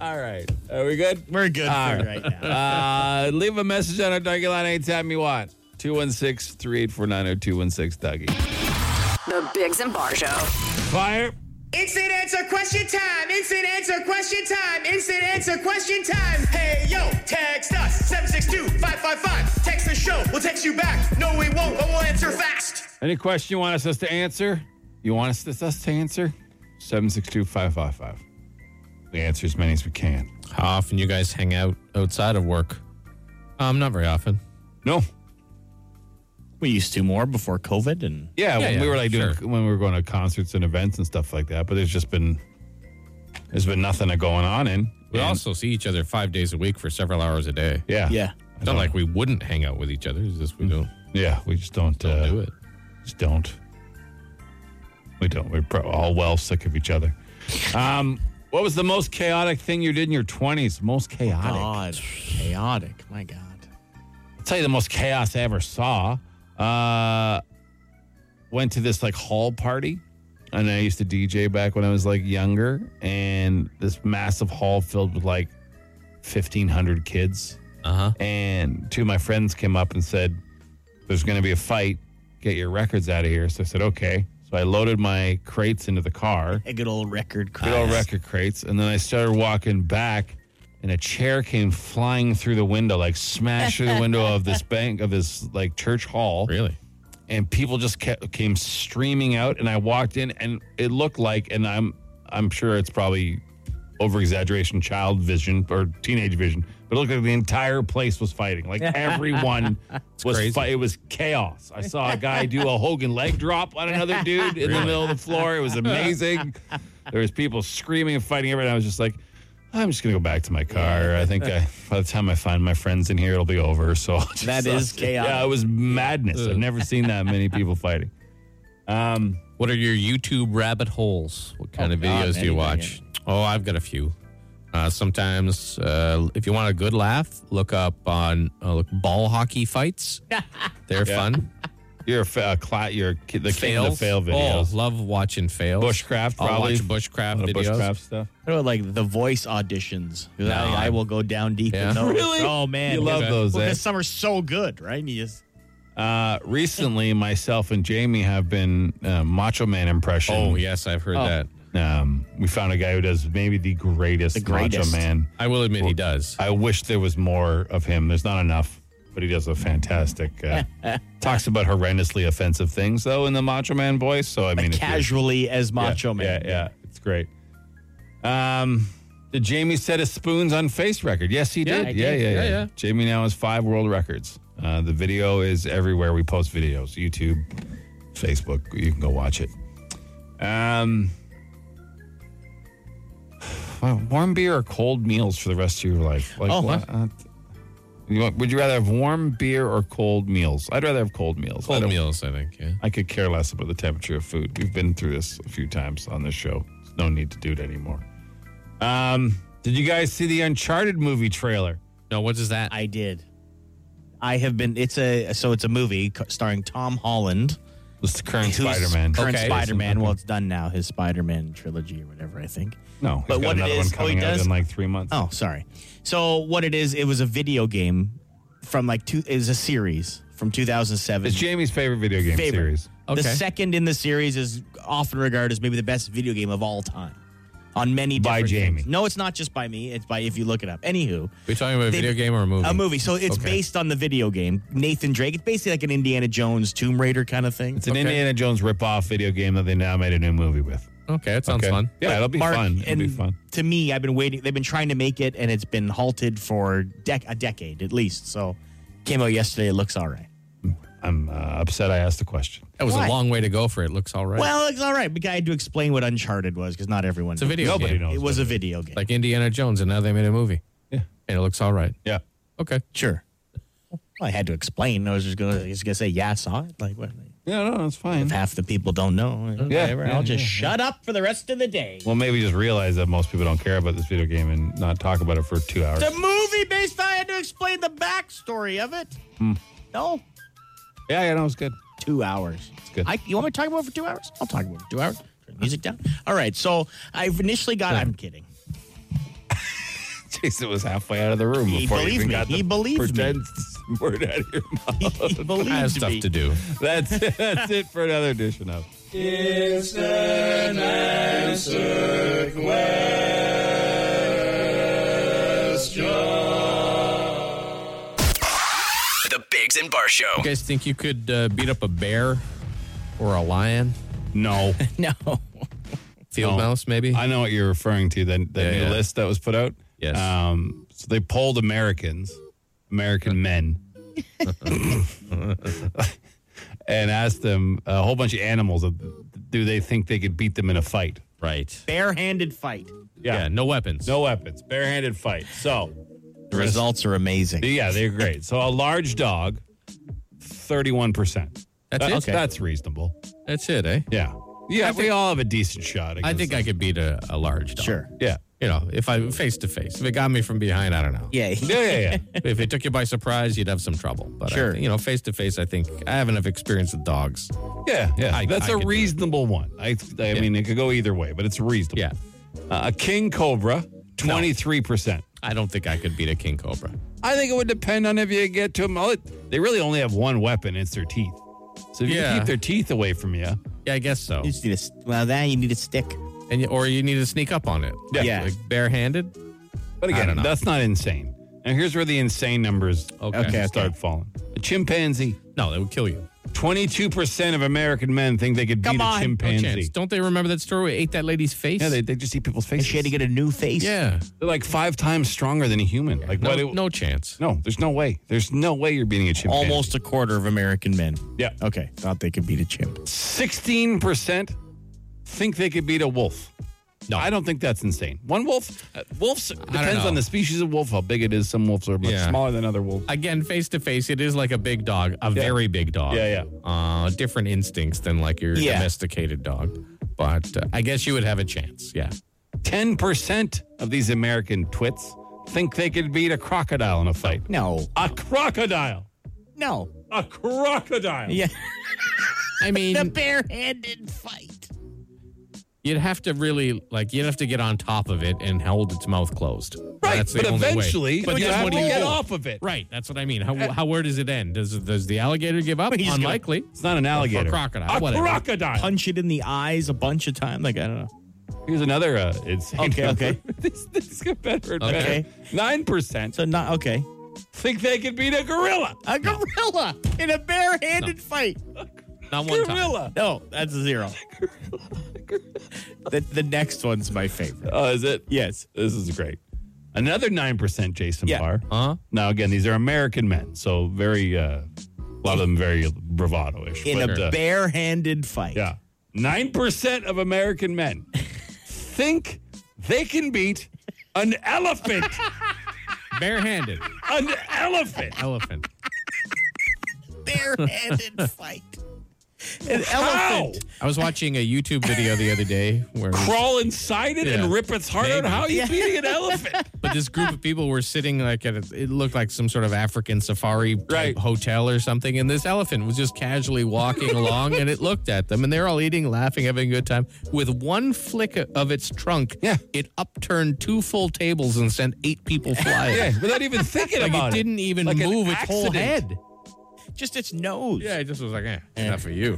Speaker 4: All right. Are we good?
Speaker 5: We're good
Speaker 4: All
Speaker 5: for right now.
Speaker 4: Uh, leave a message on our Dougie line anytime you want. 216 3849 or 216 Dougie.
Speaker 1: The Biggs and Bar Show.
Speaker 4: Fire.
Speaker 8: Instant answer question time. Instant answer question time. Instant answer question time. Hey yo, text us 762-555. Text the show. We'll text you back. No, we won't, but we'll answer fast.
Speaker 4: Any question you want us, us to answer? You want us, us to answer? 762 555. We answer as many as we can.
Speaker 3: How often you guys hang out outside of work? Um, not very often.
Speaker 4: No.
Speaker 5: We used to more before COVID and
Speaker 4: Yeah,
Speaker 3: Yeah,
Speaker 4: when
Speaker 3: yeah,
Speaker 4: we were like doing
Speaker 3: sure.
Speaker 4: when we were going to concerts and events and stuff like that, but there's just been there's been nothing going on in.
Speaker 3: We
Speaker 4: And-
Speaker 3: also see each other five days a week for several hours a day.
Speaker 4: yeah.
Speaker 5: yeah.
Speaker 3: It's not like we wouldn't hang out with each other. It's just we don't,
Speaker 4: Yeah, we just don't,
Speaker 3: don't
Speaker 4: uh,
Speaker 3: do it.
Speaker 4: just don't. We don't. We're pro- all well sick of each other. Um, what was the most chaotic thing you did in your 20s? Most chaotic.
Speaker 5: God. Chaotic. My God.
Speaker 4: I'll tell you the most chaos I ever saw. Uh, went to this like hall party, and I used to DJ back when I was like younger, and this massive hall filled with like 1,500 kids.
Speaker 3: Uh huh.
Speaker 4: And two of my friends came up and said, There's going to be a fight. Get your records out of here. So I said, Okay. So I loaded my crates into the car,
Speaker 5: A good old record class.
Speaker 4: good old record crates. And then I started walking back and a chair came flying through the window, like smashed through the window of this bank of this like church hall
Speaker 3: Really?
Speaker 4: and people just kept, came streaming out and i walked in and it looked like and i'm i'm sure it's probably over exaggeration child vision or teenage vision but it looked like the entire place was fighting like everyone was
Speaker 3: crazy.
Speaker 4: fight it was chaos i saw a guy do a hogan leg drop on another dude in the middle of the floor it was amazing there was people screaming and fighting everyone i was just like I'm just gonna go back to my car. I think
Speaker 3: (laughs)
Speaker 4: I, by the time I find my friends in here, it'll be over. So I'll just-
Speaker 5: That
Speaker 4: (laughs)
Speaker 5: is
Speaker 4: Yeah, it was madness. I've never seen that many people fighting. Um,
Speaker 3: What are your YouTube rabbit holes? What kind
Speaker 5: Oh,
Speaker 3: of
Speaker 5: God,
Speaker 3: videos do you
Speaker 5: anything,
Speaker 3: watch? Oh, I've got a few. Uh, sometimes, uh, if you want a good laugh, look up on uh, look ball hockey fights. They're
Speaker 4: Yeah.
Speaker 3: fun.
Speaker 4: you're a fa- a cla- you're a kid, the king of the
Speaker 3: Fails.
Speaker 4: fail videos.
Speaker 3: Oh, love watching fails.
Speaker 4: Bushcraft,
Speaker 3: I'll
Speaker 4: probably.
Speaker 3: watch bushcraft
Speaker 4: the
Speaker 3: videos.
Speaker 4: bushcraft stuff.
Speaker 5: What about like the voice auditions? 'Cause I, I will go down deep.
Speaker 3: Yeah.
Speaker 5: In those.
Speaker 4: Really?
Speaker 5: Oh man,
Speaker 4: You love those,
Speaker 5: Well,
Speaker 4: eh?
Speaker 5: because some are so good, right? And you just
Speaker 4: Uh, recently, myself and Jamie have been uh, Macho Man impression.
Speaker 3: Oh yes, I've heard that.
Speaker 4: Um, we found a guy who does maybe the greatest,
Speaker 5: The greatest.
Speaker 4: Macho Man.
Speaker 3: I will admit he does.
Speaker 4: I wish there was more of him. There's not enough, but he does a fantastic.
Speaker 5: (laughs)
Speaker 4: Uh, talks about horrendously offensive things though in the Macho Man voice. So I mean, if you're-
Speaker 5: casually as
Speaker 4: Yeah,
Speaker 5: Macho Man.
Speaker 4: Yeah, yeah, it's great. Um, did Jamie set a spoons on face record? Yes, he
Speaker 3: Yeah,
Speaker 4: did.
Speaker 3: I
Speaker 4: Yeah,
Speaker 3: did.
Speaker 4: yeah, yeah,
Speaker 3: Yeah, yeah.
Speaker 4: Jamie now has five world records. Uh, the video is everywhere. We post videos: YouTube, Facebook. You can go watch it. Um, well, warm beer or cold meals for the rest of your life? Like,
Speaker 5: Oh,
Speaker 4: what- uh, you want, would you rather have warm beer or cold meals? I'd rather have cold meals. I
Speaker 3: Cold
Speaker 4: don't-
Speaker 3: meals, I think. Yeah.
Speaker 4: I could care less about the temperature of food. We've been through this a few times on this show. There's no need to do it anymore. Um, did you guys see the Uncharted movie trailer?
Speaker 3: No, what is that?
Speaker 5: I did. I have been. It's a so it's a movie co- starring Tom Holland,
Speaker 4: It's the current
Speaker 5: who's
Speaker 4: Spider Man.
Speaker 5: current
Speaker 3: Okay.
Speaker 5: Spider Man. Well, it's done now. His Spider Man trilogy or whatever, I think.
Speaker 4: No, he's
Speaker 5: But
Speaker 4: got
Speaker 5: what it
Speaker 4: another
Speaker 5: is-
Speaker 4: one
Speaker 5: oh, he
Speaker 4: coming out
Speaker 5: does?
Speaker 4: in like three months.
Speaker 5: Oh, sorry. So what it is? It was a video game from like two. It was a series from 2007.
Speaker 4: It's Jamie's favorite video game
Speaker 5: Favorite.
Speaker 4: series.
Speaker 5: The
Speaker 3: Okay.
Speaker 5: second in the series is often regarded as maybe the best video game of all time. On many
Speaker 4: By
Speaker 5: different
Speaker 4: Jamie.
Speaker 5: things. No, it's not just by me. It's by if you look it up. Anywho,
Speaker 3: we talking about a
Speaker 5: they-
Speaker 3: video game or a movie?
Speaker 5: a movie. So it's
Speaker 3: Okay.
Speaker 5: based on the video game. Nathan Drake. It's basically like an Indiana Jones Tomb Raider kind of thing.
Speaker 4: It's an
Speaker 3: Okay.
Speaker 4: Indiana Jones ripoff video game that they now made a new movie with.
Speaker 3: Okay, that sounds
Speaker 4: Okay.
Speaker 3: fun.
Speaker 4: Yeah, it'll be
Speaker 5: Mark,
Speaker 4: fun. It'll
Speaker 5: and
Speaker 4: be fun.
Speaker 5: To me, I've been waiting. They've been trying to make it, and it's been halted for dec- a decade at least. So came out yesterday. It looks all right.
Speaker 4: I'm uh, upset I asked the question.
Speaker 3: That was
Speaker 5: Why?
Speaker 3: a long way to go for it. Looks all right.
Speaker 5: Well, it looks all right. But I had to explain what Uncharted was because not everyone.
Speaker 3: it's a video
Speaker 4: Nobody
Speaker 3: game.
Speaker 4: knows.
Speaker 5: It was a video game.
Speaker 3: Like Indiana Jones, and now they made a movie.
Speaker 4: Yeah.
Speaker 3: And it looks all right.
Speaker 4: Yeah.
Speaker 3: Okay.
Speaker 5: Sure. Well, I had to explain. I was just gonna, just gonna say, yeah, I saw it. Like, what?
Speaker 4: Yeah, no, that's fine.
Speaker 5: If half the people don't know, whatever,
Speaker 4: yeah,
Speaker 5: I'll just shut up for the rest of the day.
Speaker 4: Well, maybe just realize that most people don't care about this video game and not talk about it for two hours.
Speaker 5: It's a movie based. I had to explain the backstory of it.
Speaker 4: Hmm.
Speaker 5: No,
Speaker 4: Yeah, yeah, no, it's good.
Speaker 5: two hours. It's
Speaker 4: good.
Speaker 5: I, you want me to talk about it for two hours? I'll talk about it for two hours. Turn the music down. All right. So I've initially got. I'm kidding.
Speaker 4: Jason was halfway out of the room
Speaker 5: He
Speaker 4: before you
Speaker 5: believed
Speaker 4: even
Speaker 5: me.
Speaker 4: got
Speaker 5: He
Speaker 4: the
Speaker 5: believed me.
Speaker 4: pretend word out of your mouth. (laughs)
Speaker 5: He believed
Speaker 3: I have stuff
Speaker 5: me.
Speaker 3: to do.
Speaker 4: That's it, that's it for another edition of.
Speaker 2: The Bigs and Bar Show.
Speaker 3: You guys think you could uh, beat up a bear or a lion?
Speaker 4: No,
Speaker 5: (laughs) No.
Speaker 3: Field
Speaker 4: No.
Speaker 3: mouse, maybe?
Speaker 4: I know what you're referring to. That that
Speaker 3: Yeah,
Speaker 4: new
Speaker 3: yeah.
Speaker 4: list that was put out.
Speaker 3: Yes.
Speaker 4: Um, so they polled Americans, American men, (laughs) and asked them a whole bunch of animals. Of, do they think they could beat them in a fight?
Speaker 3: right.
Speaker 5: Barehanded fight.
Speaker 3: Yeah. no weapons.
Speaker 4: No weapons, barehanded fight. So
Speaker 5: The results are amazing.
Speaker 4: Yeah, they're great. So a large dog, thirty-one percent.
Speaker 3: That's it?
Speaker 4: That's reasonable.
Speaker 3: That's it, eh?
Speaker 4: Yeah, yeah. we all have a decent shot.
Speaker 3: I
Speaker 4: against
Speaker 3: think
Speaker 4: them.
Speaker 3: I could beat a, a large dog.
Speaker 5: Sure.
Speaker 4: Yeah,
Speaker 3: You know, if I face to face. If it got me from behind, I don't know.
Speaker 5: Yeah.
Speaker 4: yeah, yeah,
Speaker 3: (laughs)
Speaker 4: yeah.
Speaker 3: If it took you by surprise, you'd have some trouble. But I
Speaker 5: Sure.
Speaker 3: think- you know, face to face, I think I have enough experience with dogs.
Speaker 4: yeah, yeah.
Speaker 3: I-
Speaker 4: That's
Speaker 3: I
Speaker 4: a
Speaker 3: could do it.
Speaker 4: reasonable one. I, I mean, it could go either way, but it's reasonable.
Speaker 3: Yeah.
Speaker 4: Uh, a king cobra, twenty-three percent.
Speaker 3: I don't think I could beat a king cobra.
Speaker 4: I think it would depend on if you get to them. All it- They really only have one weapon. It's their teeth. So if you
Speaker 3: Yeah.
Speaker 4: keep their teeth away from you,
Speaker 3: Yeah, I guess so.
Speaker 5: You (laughs) just need a s- well, then you need a stick.
Speaker 3: And you, or you need to sneak up on it.
Speaker 4: Yeah.
Speaker 5: Yeah.
Speaker 3: Like barehanded.
Speaker 4: But
Speaker 3: I don't
Speaker 4: again,
Speaker 3: know.
Speaker 4: that's not insane. Now, here's where the insane numbers
Speaker 3: Okay.
Speaker 5: Okay.
Speaker 4: start falling. A chimpanzee.
Speaker 3: No, that would kill you.
Speaker 4: 22% of American men think they could beat a
Speaker 3: No
Speaker 4: chimpanzee.
Speaker 3: chance. Don't they remember that story? We ate that lady's face.
Speaker 4: yeah, they, they just eat people's
Speaker 5: And
Speaker 4: faces.
Speaker 5: she had to get a new face.
Speaker 3: Yeah.
Speaker 4: They're like five times stronger than a human. Like,
Speaker 3: No,
Speaker 4: what? it-
Speaker 3: no chance.
Speaker 4: no, there's no way. There's no way you're beating a chimpanzee.
Speaker 5: Almost a quarter of American men.
Speaker 4: Yeah.
Speaker 5: Okay. Thought they could beat a chimp.
Speaker 4: 16% think they could beat a wolf. No, I don't think that's insane. One wolf, uh, wolves depends
Speaker 3: know.
Speaker 4: on the species of wolf, how big it is. Some wolves are much
Speaker 3: Yeah.
Speaker 4: smaller than other wolves.
Speaker 3: Again, face to face, it is like a big dog, a very big dog. yeah.
Speaker 4: Yeah,
Speaker 3: Uh, different instincts than like your
Speaker 5: Yeah.
Speaker 3: domesticated dog. But uh, I guess you would have a chance. Yeah.
Speaker 4: 10% of these American twits think they could beat a crocodile in a fight.
Speaker 5: No.
Speaker 4: A crocodile.
Speaker 5: No.
Speaker 4: A crocodile.
Speaker 5: Yeah. (laughs)
Speaker 3: I mean,
Speaker 5: the barehanded fight.
Speaker 3: you'd have to really like you'd have to get on top of it and hold its mouth closed.
Speaker 4: Right,
Speaker 3: That's the
Speaker 4: but
Speaker 3: only way.
Speaker 4: eventually
Speaker 3: But
Speaker 4: you
Speaker 3: then
Speaker 4: have
Speaker 3: what do
Speaker 4: to Uh,
Speaker 3: you
Speaker 4: get
Speaker 3: do?
Speaker 4: off of it.
Speaker 3: (laughs) Right. That's what I mean. How, how where does it end? Does does the alligator give up?
Speaker 5: He's gonna-
Speaker 3: Unlikely.
Speaker 4: It's not an alligator.
Speaker 3: Or crocodile,
Speaker 4: A
Speaker 3: whatever.
Speaker 4: crocodile.
Speaker 5: Punch it in the eyes a bunch of times. Like, I don't know.
Speaker 4: Here's another uh, insane.
Speaker 5: Okay,
Speaker 4: number.
Speaker 5: okay.
Speaker 4: (laughs) this, this get better and
Speaker 3: Okay.
Speaker 4: better. Nine percent
Speaker 5: So, not okay.
Speaker 4: think they could beat a gorilla.
Speaker 5: A gorilla in a barehanded fight.
Speaker 3: Not one time.
Speaker 4: Gorilla.
Speaker 5: No, that's a zero. the, the next one's my favorite.
Speaker 4: Oh, is it?
Speaker 5: Yes.
Speaker 4: This is great. Another nine percent, Jason
Speaker 5: Yeah.
Speaker 4: Barr.
Speaker 3: Huh?
Speaker 4: Now again, these are American men, so very uh, a lot of them very bravado-ish.
Speaker 5: In
Speaker 4: but,
Speaker 5: a
Speaker 4: uh,
Speaker 5: barehanded fight.
Speaker 4: yeah, nine percent of American men think they can beat an elephant.
Speaker 3: Barehanded
Speaker 4: an elephant.
Speaker 3: elephant.
Speaker 4: (laughs)
Speaker 5: Barehanded fight. An elephant.
Speaker 3: I was watching a YouTube video the other day where
Speaker 4: Crawl inside it
Speaker 3: Yeah.
Speaker 4: and rip its heart out.
Speaker 3: Maybe.
Speaker 4: How are you
Speaker 5: Yeah.
Speaker 4: beating an elephant?
Speaker 3: (laughs) but this group of people were sitting like at a, it looked like some sort of African safari type
Speaker 4: Right.
Speaker 3: hotel or something, and this elephant was just casually
Speaker 4: (laughs)
Speaker 3: walking along, and it looked at them, and they're all eating, laughing, having a good time. With one flick of its trunk,
Speaker 4: Yeah.
Speaker 3: it upturned two full tables and sent eight
Speaker 4: (laughs)
Speaker 3: people flying.
Speaker 4: yeah, without even thinking
Speaker 3: Like
Speaker 4: about
Speaker 3: it
Speaker 4: it.
Speaker 3: didn't even
Speaker 4: Like an
Speaker 3: move its whole
Speaker 4: accident.
Speaker 3: head.
Speaker 5: Just its nose.
Speaker 3: Yeah, it just was like, eh, not for
Speaker 5: (laughs)
Speaker 3: you.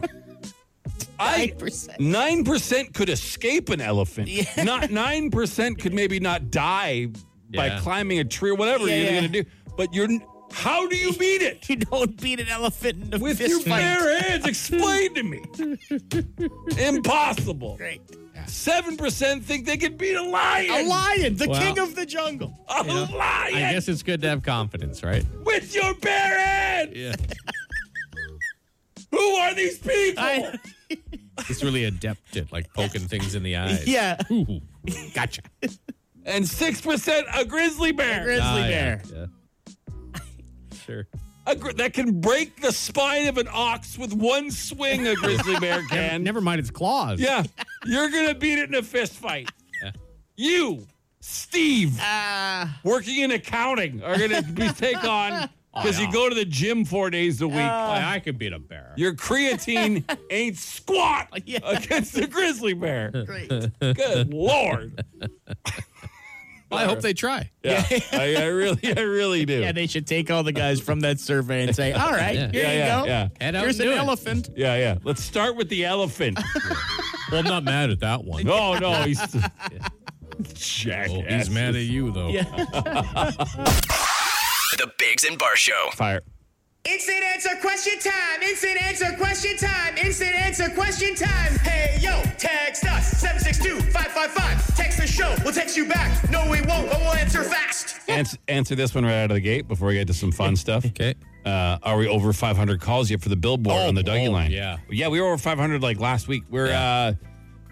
Speaker 4: I
Speaker 5: 9%.
Speaker 4: nine percent could escape an elephant. (laughs) Not nine percent could maybe not die by
Speaker 3: Yeah.
Speaker 4: climbing a tree or whatever
Speaker 5: Yeah,
Speaker 4: you're
Speaker 5: yeah.
Speaker 4: gonna do. But you're n- how do you beat it?
Speaker 5: You don't beat an elephant in a
Speaker 4: With
Speaker 5: fist
Speaker 4: your
Speaker 5: fight.
Speaker 4: bare hands, explain to me. Impossible.
Speaker 5: Great.
Speaker 4: Seven percent think they could beat a
Speaker 5: A
Speaker 4: lion.
Speaker 5: lion, the
Speaker 3: Well-
Speaker 5: king of the jungle.
Speaker 4: A lion
Speaker 3: I guess it's good to have confidence, right?
Speaker 4: with your bare hands.
Speaker 3: Yeah.
Speaker 4: Who are these people?
Speaker 5: I-
Speaker 3: It's really adept at like poking things in
Speaker 5: (laughs)
Speaker 3: the eyes.
Speaker 5: yeah.
Speaker 3: Ooh, gotcha.
Speaker 4: (laughs) and six percent a grizzly bear.
Speaker 5: Grizzly
Speaker 3: Ah,
Speaker 5: bear.
Speaker 3: Yeah. yeah. Sure.
Speaker 4: A gri- that can break the spine of an ox with one swing. A grizzly
Speaker 3: (laughs)
Speaker 4: bear can.
Speaker 3: Never mind its claws.
Speaker 4: Yeah, you're gonna beat it in a fist fight. You, Steve,
Speaker 5: Ah.
Speaker 4: Ah. working in accounting, are gonna
Speaker 5: (laughs)
Speaker 4: be take on
Speaker 5: Oh,
Speaker 4: because you go to the gym four days a week.
Speaker 3: Why, I could beat a bear.
Speaker 4: Your
Speaker 5: (laughs)
Speaker 4: creatine ain't squat against the grizzly bear.
Speaker 5: Oh, Great.
Speaker 3: (laughs)
Speaker 4: Good lord!
Speaker 3: Well, I hope they try.
Speaker 4: Yeah, I, I really, I (laughs) really do.
Speaker 5: Yeah, they should take all the guys from that survey and say, all right,
Speaker 3: Yeah.
Speaker 5: here
Speaker 4: Yeah,
Speaker 5: you
Speaker 4: yeah,
Speaker 5: go.
Speaker 4: yeah.
Speaker 3: Head out
Speaker 5: Here's
Speaker 3: and
Speaker 5: an
Speaker 3: do it.
Speaker 5: elephant.
Speaker 4: yeah, yeah. Let's start with
Speaker 3: (laughs)
Speaker 4: the elephant.
Speaker 3: Well, I'm not mad at that
Speaker 4: (laughs)
Speaker 3: one.
Speaker 4: No, no,
Speaker 3: (laughs)
Speaker 4: he's Jack.
Speaker 3: Oh, he's mad at you though.
Speaker 2: The Bigs and Bar Show.
Speaker 4: Fire.
Speaker 8: Instant answer question time. Instant answer question time. Instant answer question time. Hey yo, text us 762-555. Text the show. We'll text you back. No, we won't, but we'll answer fast.
Speaker 4: Answer, answer this one right out of the gate before we get to some fun stuff.
Speaker 3: Okay.
Speaker 4: Uh, are we over 500 calls yet for the billboard
Speaker 3: Oh,
Speaker 4: on the Dougie
Speaker 3: oh,
Speaker 4: line?
Speaker 3: yeah.
Speaker 4: Yeah, we were over 500 like last week. We're, uh,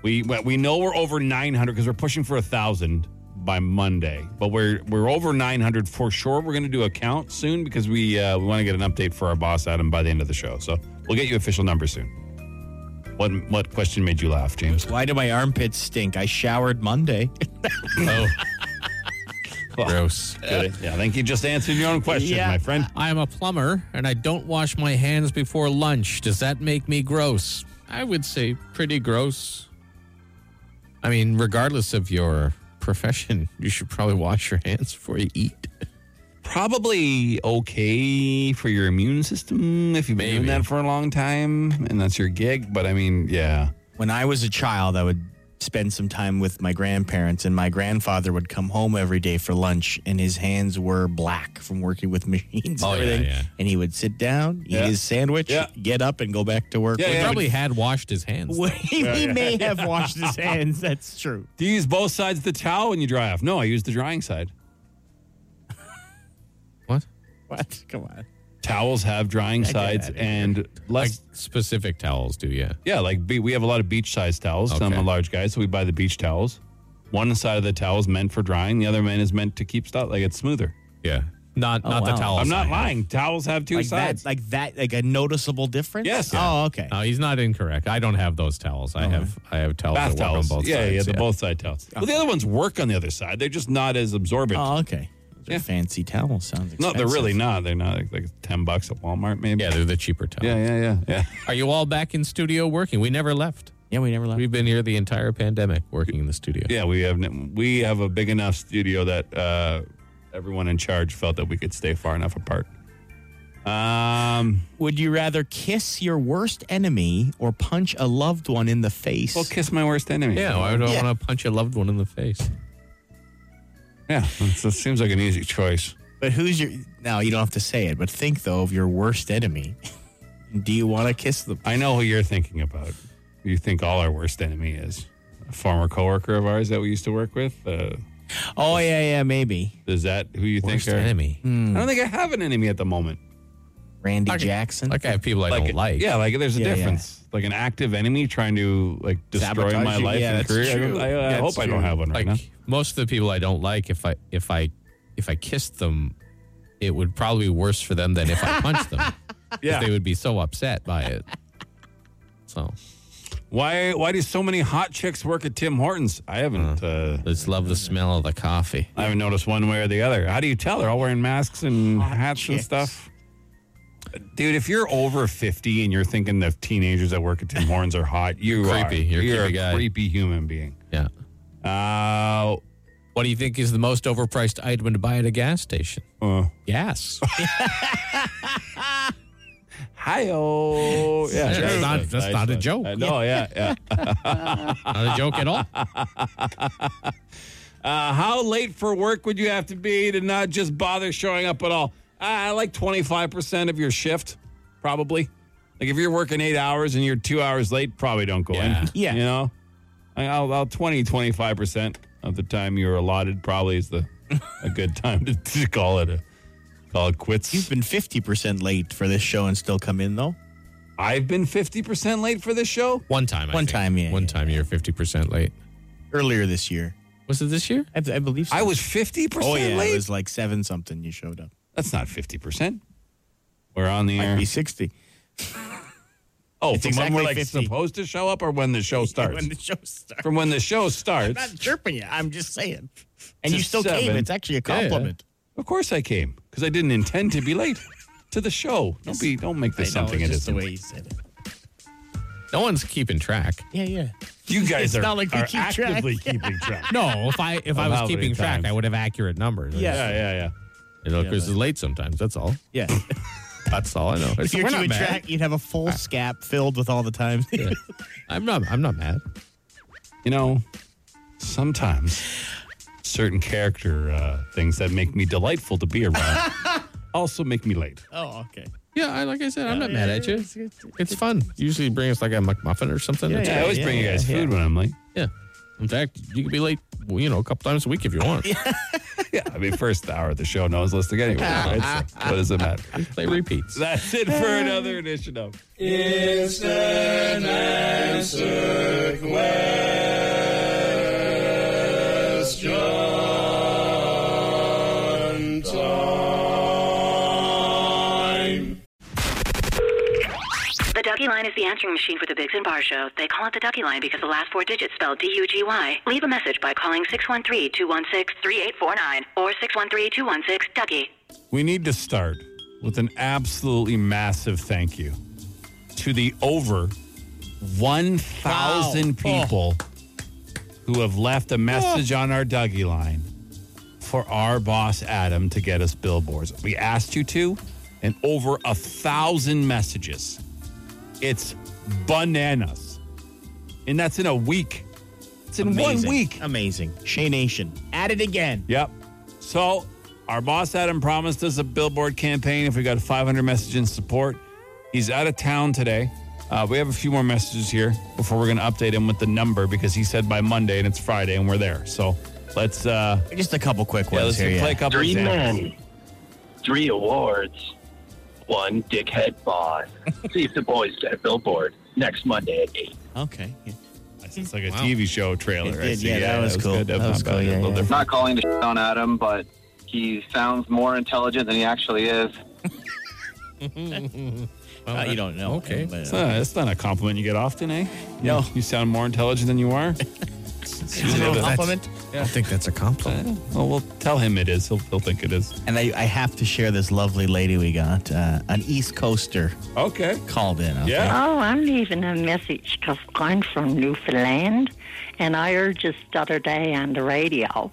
Speaker 4: we, well, we know we're over 900 because we're pushing for a 1,000 by Monday, but we're, we're over 900 for sure. We're going to do a count soon because we, uh, we want to get an update for our boss, Adam, by the end of the show. So we'll get you official number soon. What, what question made you laugh, James?
Speaker 5: Why do my armpits stink? I showered Monday.
Speaker 3: Oh. Gross.
Speaker 4: Good. Yeah, I think you just answered your own question,
Speaker 5: Yeah.
Speaker 4: my friend.
Speaker 3: I am a plumber and I don't wash my hands before lunch. Does that make me gross? I would say pretty gross. I mean, regardless of your profession, you should probably wash your hands before you eat.
Speaker 4: probably okay for your immune system if you've been doing
Speaker 3: Maybe.
Speaker 4: that for a long time and that's your gig. But I mean, yeah.
Speaker 5: When I was a child, I would spend some time with my grandparents, and my grandfather would come home every day for lunch, and his hands were black from working with (laughs) machines
Speaker 3: Oh,
Speaker 5: and
Speaker 3: yeah,
Speaker 5: everything.
Speaker 3: yeah.
Speaker 5: And he would sit down, eat
Speaker 4: Yeah.
Speaker 5: his sandwich,
Speaker 4: Yeah.
Speaker 5: get up, and go back to work.
Speaker 4: Yeah,
Speaker 5: We
Speaker 4: yeah.
Speaker 5: (laughs)
Speaker 3: Probably had washed his hands.
Speaker 5: probably-
Speaker 4: (laughs)
Speaker 5: he may have washed his hands. That's true.
Speaker 4: Do you use both sides of the towel when you dry off? No, I use the drying side.
Speaker 3: What?
Speaker 5: What? Come on.
Speaker 4: Towels have drying
Speaker 5: get
Speaker 4: sides
Speaker 5: outta here.
Speaker 4: and
Speaker 3: Like
Speaker 4: less.
Speaker 3: specific towels do, yeah.
Speaker 4: yeah, like be, we have a lot of beach sized towels. So I'm
Speaker 3: Okay.
Speaker 4: a large guy, so we buy the beach towels. One side of the towel is meant for drying, the other man is meant to keep stuff like it's smoother.
Speaker 3: Yeah. Not
Speaker 5: Oh,
Speaker 3: not the
Speaker 5: wow.
Speaker 3: towels.
Speaker 4: I'm
Speaker 3: I
Speaker 4: not
Speaker 3: have.
Speaker 4: lying. Towels have two
Speaker 5: Like
Speaker 4: sides.
Speaker 5: that, like that, like a noticeable difference.
Speaker 4: Yes. Uh,
Speaker 5: Oh, okay.
Speaker 3: No, he's not incorrect. I don't have those towels. I have I have towels
Speaker 4: Bath
Speaker 3: that work
Speaker 4: towels.
Speaker 3: on both
Speaker 4: yeah,
Speaker 3: sides.
Speaker 4: yeah, the both side towels. Well, the other ones work on the other side. They're just not as absorbent.
Speaker 5: Oh, okay. Those are
Speaker 4: Yeah.
Speaker 5: Fancy towel sounds.
Speaker 4: no,
Speaker 5: Expensive.
Speaker 4: they're really not. They're not like, like ten bucks at Walmart, maybe.
Speaker 3: Yeah, they're the cheaper towels.
Speaker 4: yeah, yeah, yeah. yeah.
Speaker 3: Are you all back in studio working? We never left.
Speaker 5: Yeah, we never left.
Speaker 3: We've been here the entire pandemic working in the studio.
Speaker 4: (laughs) Yeah, we have we have a big enough studio that uh, everyone in charge felt that we could stay far enough apart. Um,
Speaker 5: Would you rather kiss your worst enemy or punch a loved one in the face?
Speaker 4: well, kiss my worst enemy.
Speaker 3: Yeah, why would I
Speaker 5: Yeah.
Speaker 3: want to punch a loved one in the face?
Speaker 4: yeah. It seems like an easy choice.
Speaker 5: But who's your? Now you don't have to say it, but think though of your worst enemy. (laughs) Do you want to kiss them?
Speaker 4: I know who you're thinking about. You think all our worst enemy is a former coworker of ours that we used to work with. Uh,
Speaker 5: Oh yeah, yeah, maybe
Speaker 4: is that who you
Speaker 3: Worst
Speaker 4: think? Are,
Speaker 3: enemy.
Speaker 5: Mm.
Speaker 4: I don't think I have an enemy at the moment.
Speaker 5: Randy
Speaker 3: Okay.
Speaker 5: Jackson.
Speaker 3: Like I have people I don't like.
Speaker 4: Yeah, like there's a
Speaker 5: Yeah, yeah.
Speaker 4: difference. Like an active enemy trying to like destroy
Speaker 5: Sabotage
Speaker 4: my
Speaker 5: you?
Speaker 4: life
Speaker 5: Yeah,
Speaker 4: and
Speaker 5: that's
Speaker 4: career. I don't-
Speaker 5: true.
Speaker 4: I, I
Speaker 5: That's
Speaker 4: hope I don't
Speaker 5: true.
Speaker 4: have one right
Speaker 3: like
Speaker 4: now.
Speaker 3: most of the people I don't like, if I if I if I kissed them, it would probably be worse for them than if I punched
Speaker 4: (laughs)
Speaker 3: them. 'Cause
Speaker 4: Yeah.
Speaker 3: they would be so upset by (laughs) it. So
Speaker 4: Why why do so many hot chicks work at Tim Hortons? I haven't uh,
Speaker 3: let's love the smell of the coffee.
Speaker 4: I haven't noticed one way or the other. How do you tell? They're all wearing masks and hats and
Speaker 5: chicks.
Speaker 4: stuff. Dude, if you're over 50 and you're thinking the teenagers that work at Tim Hortons are hot, you
Speaker 3: Creepy.
Speaker 4: are.
Speaker 3: You're a
Speaker 4: a
Speaker 3: creepy guy.
Speaker 4: creepy human being.
Speaker 3: Yeah.
Speaker 4: Uh,
Speaker 3: What do you think is the most overpriced item to buy at a gas station?
Speaker 4: uh,
Speaker 3: Gas. (laughs)
Speaker 4: hi-oh. Yeah,
Speaker 3: That's not- that's not a joke.
Speaker 4: Uh, no, yeah, yeah.
Speaker 3: Not a joke at all.
Speaker 4: Uh, how late for work would you have to be to not just bother showing up at all? Uh, like 25% of your shift, probably. Like if you're working eight hours and you're two hours late, probably don't go
Speaker 3: Yeah.
Speaker 4: in.
Speaker 5: Yeah.
Speaker 4: You know, I- I'll, I'll 20, 25% of the time you're allotted probably is the a good time to, to call it a call it
Speaker 5: You've
Speaker 4: quits.
Speaker 5: been fifty percent late for this show and still come in though.
Speaker 4: I've been 50% late for this show.
Speaker 3: (laughs) One time. I
Speaker 5: One
Speaker 3: think.
Speaker 5: time, yeah,
Speaker 3: One
Speaker 5: yeah,
Speaker 3: time you were 50% late.
Speaker 5: Earlier this year,
Speaker 3: Was it this year?
Speaker 5: I, I believe. So.
Speaker 4: I was 50%
Speaker 5: Oh yeah,
Speaker 4: late.
Speaker 5: it was like seven something. You showed up.
Speaker 4: That's not 50%. We're on the
Speaker 5: Might
Speaker 4: air.
Speaker 5: be sixty.
Speaker 4: Oh,
Speaker 5: It's
Speaker 4: from when we're like
Speaker 5: exactly 50.
Speaker 4: supposed to show up or when the show starts?
Speaker 5: (laughs) when the show starts.
Speaker 4: from when the show
Speaker 5: I'm
Speaker 4: starts.
Speaker 5: not chirping you. I'm just saying. And
Speaker 4: To
Speaker 5: you still came.
Speaker 4: seven.
Speaker 5: It's actually a
Speaker 3: yeah.
Speaker 5: compliment.
Speaker 4: Of course I came because I didn't intend to be late to the show. Don't be. Don't make this
Speaker 5: I know,
Speaker 4: something
Speaker 5: it's
Speaker 4: it
Speaker 5: just the
Speaker 4: isn't.
Speaker 5: way you said it.
Speaker 3: No one's keeping track.
Speaker 5: Yeah, yeah. (laughs)
Speaker 4: You guys
Speaker 5: It's
Speaker 4: are,
Speaker 5: not like we
Speaker 4: are
Speaker 5: keep track. (laughs)
Speaker 4: actively keeping track.
Speaker 3: No, if I if I
Speaker 4: Of
Speaker 3: was
Speaker 4: how many
Speaker 3: keeping track,
Speaker 4: times?
Speaker 3: I would have accurate numbers.
Speaker 5: Yeah.
Speaker 4: Yeah, yeah,
Speaker 3: You know, Chris
Speaker 5: but-
Speaker 3: is late sometimes. That's all.
Speaker 5: Yeah.
Speaker 3: That's all I know.
Speaker 5: If you're keeping track, you'd have a full scap filled with all the times.
Speaker 3: I'm not. I'm not mad.
Speaker 4: yeah. You know, sometimes certain character uh, things that make me delightful to be around
Speaker 5: (laughs)
Speaker 4: also make me late.
Speaker 5: (laughs) oh, okay.
Speaker 3: Yeah, I, like I said, I'm not mad at you. It's fun. Usually, bring us like a McMuffin or something.
Speaker 5: Yeah,
Speaker 3: It's-
Speaker 4: Yeah, I always
Speaker 5: yeah,
Speaker 4: bring you
Speaker 5: yeah,
Speaker 4: guys
Speaker 5: yeah.
Speaker 4: food when I'm late.
Speaker 3: yeah. In fact, you could be late. well, You know, a couple times a week if you want.
Speaker 4: Yeah, I mean, first hour of the show, no one's listening anyway. Right? So what does it
Speaker 5: (laughs)
Speaker 4: matter?
Speaker 3: Play repeats.
Speaker 4: That's it for another edition of.
Speaker 1: The Dougie line is the answering machine for the Biggs and Bar Show. They call it the Dougie line because the last four digits spell D-U-G-Y. Leave a message by calling 613-216-3849 or 613-216-DOUGIE.
Speaker 4: We need to start with an absolutely massive thank you to the over 1,000
Speaker 5: Wow. Oh.
Speaker 4: people who have left a message on our Dougie line for our boss Adam to get us billboards. We asked you to, and over a thousand messages. It's bananas. And that's in a week. It's in one week.
Speaker 5: Amazing. Shea Nation. At it again.
Speaker 4: Yep. So our boss Adam promised us a billboard campaign if we got 500 messages in support. He's out of town today. Uh, we have a few more messages here before we're going to update him with the number because he said by Monday and it's Friday and we're there. So let's uh,
Speaker 5: Just a couple quick
Speaker 4: yeah,
Speaker 5: ones
Speaker 4: let's
Speaker 5: here. yeah.
Speaker 4: play a couple
Speaker 7: Three
Speaker 4: examples.
Speaker 7: men, three awards, one dickhead boss. See if the boys get a billboard next Monday at eight.
Speaker 5: Okay. Yeah.
Speaker 4: It's like a TV show trailer.
Speaker 5: It
Speaker 4: I
Speaker 5: did,
Speaker 4: see.
Speaker 5: yeah, that was cool.
Speaker 4: good.
Speaker 5: That
Speaker 4: not
Speaker 5: was
Speaker 4: bad.
Speaker 5: cool,
Speaker 4: A
Speaker 5: yeah,
Speaker 4: little
Speaker 5: yeah.
Speaker 4: different.
Speaker 9: not calling to shit on Adam, but he sounds more intelligent than he actually is.
Speaker 5: Uh, you don't know.
Speaker 3: Okay.
Speaker 5: But,
Speaker 4: It's not, that's not a compliment you get often, eh? No. You sound more intelligent than you
Speaker 5: (laughs)
Speaker 4: are.
Speaker 5: Is it a
Speaker 4: Yeah, that's-
Speaker 5: compliment?
Speaker 3: I think that's a compliment.
Speaker 4: Well, we'll tell him it is. He'll, he'll think it is.
Speaker 5: And I, I have to share this lovely lady we got. Uh, an East Coaster
Speaker 4: Okay.
Speaker 5: called in. okay?
Speaker 4: Yeah.
Speaker 10: Oh, I'm leaving a message because I'm from Newfoundland, and I heard just the other day on the radio,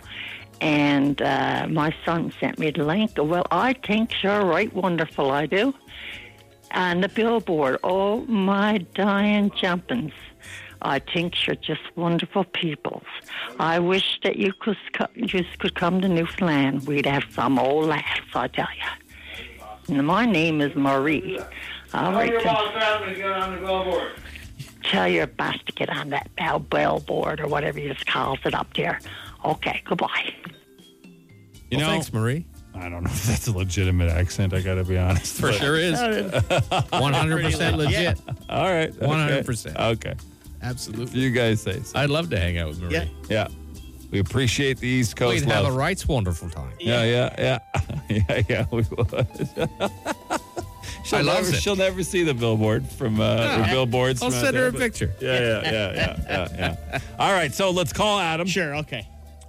Speaker 10: and uh, my son sent me the link. Well, I think you're right wonderful, I do. And the billboard, oh my dying jumpins. I think you're just wonderful peoples. I wish that you could co- you could come to Newfoundland. We'd have some old laughs, I tell you. And my name is Marie. All right. then tell your boss to get on that bell billboard or whatever he just calls it up there. Okay, goodbye.
Speaker 4: You know,
Speaker 3: thanks, Marie.
Speaker 4: I don't know (laughs) if that's a legitimate accent. I got to be honest.
Speaker 3: For
Speaker 4: but-
Speaker 3: sure is. 100% legit.
Speaker 4: All right. okay.
Speaker 3: 100%.
Speaker 4: Okay.
Speaker 3: Absolutely.
Speaker 4: You guys say so.
Speaker 3: I'd love to hang out with Marie.
Speaker 5: Yeah.
Speaker 4: Yeah. We appreciate the East Coast
Speaker 3: We'd
Speaker 4: love.
Speaker 3: have a rights wonderful time.
Speaker 4: yeah, yeah, yeah, (laughs) yeah, yeah. We would. she'll
Speaker 3: I loves
Speaker 4: never,
Speaker 3: it.
Speaker 4: She'll never see the billboard from uh, the billboards.
Speaker 3: I'll
Speaker 4: from out
Speaker 3: send
Speaker 4: there,
Speaker 3: her a
Speaker 4: but-
Speaker 3: picture.
Speaker 4: (laughs) Yeah, yeah, yeah, yeah, yeah, yeah.
Speaker 3: (laughs)
Speaker 4: All right, so let's call Adam.
Speaker 5: Sure. Okay.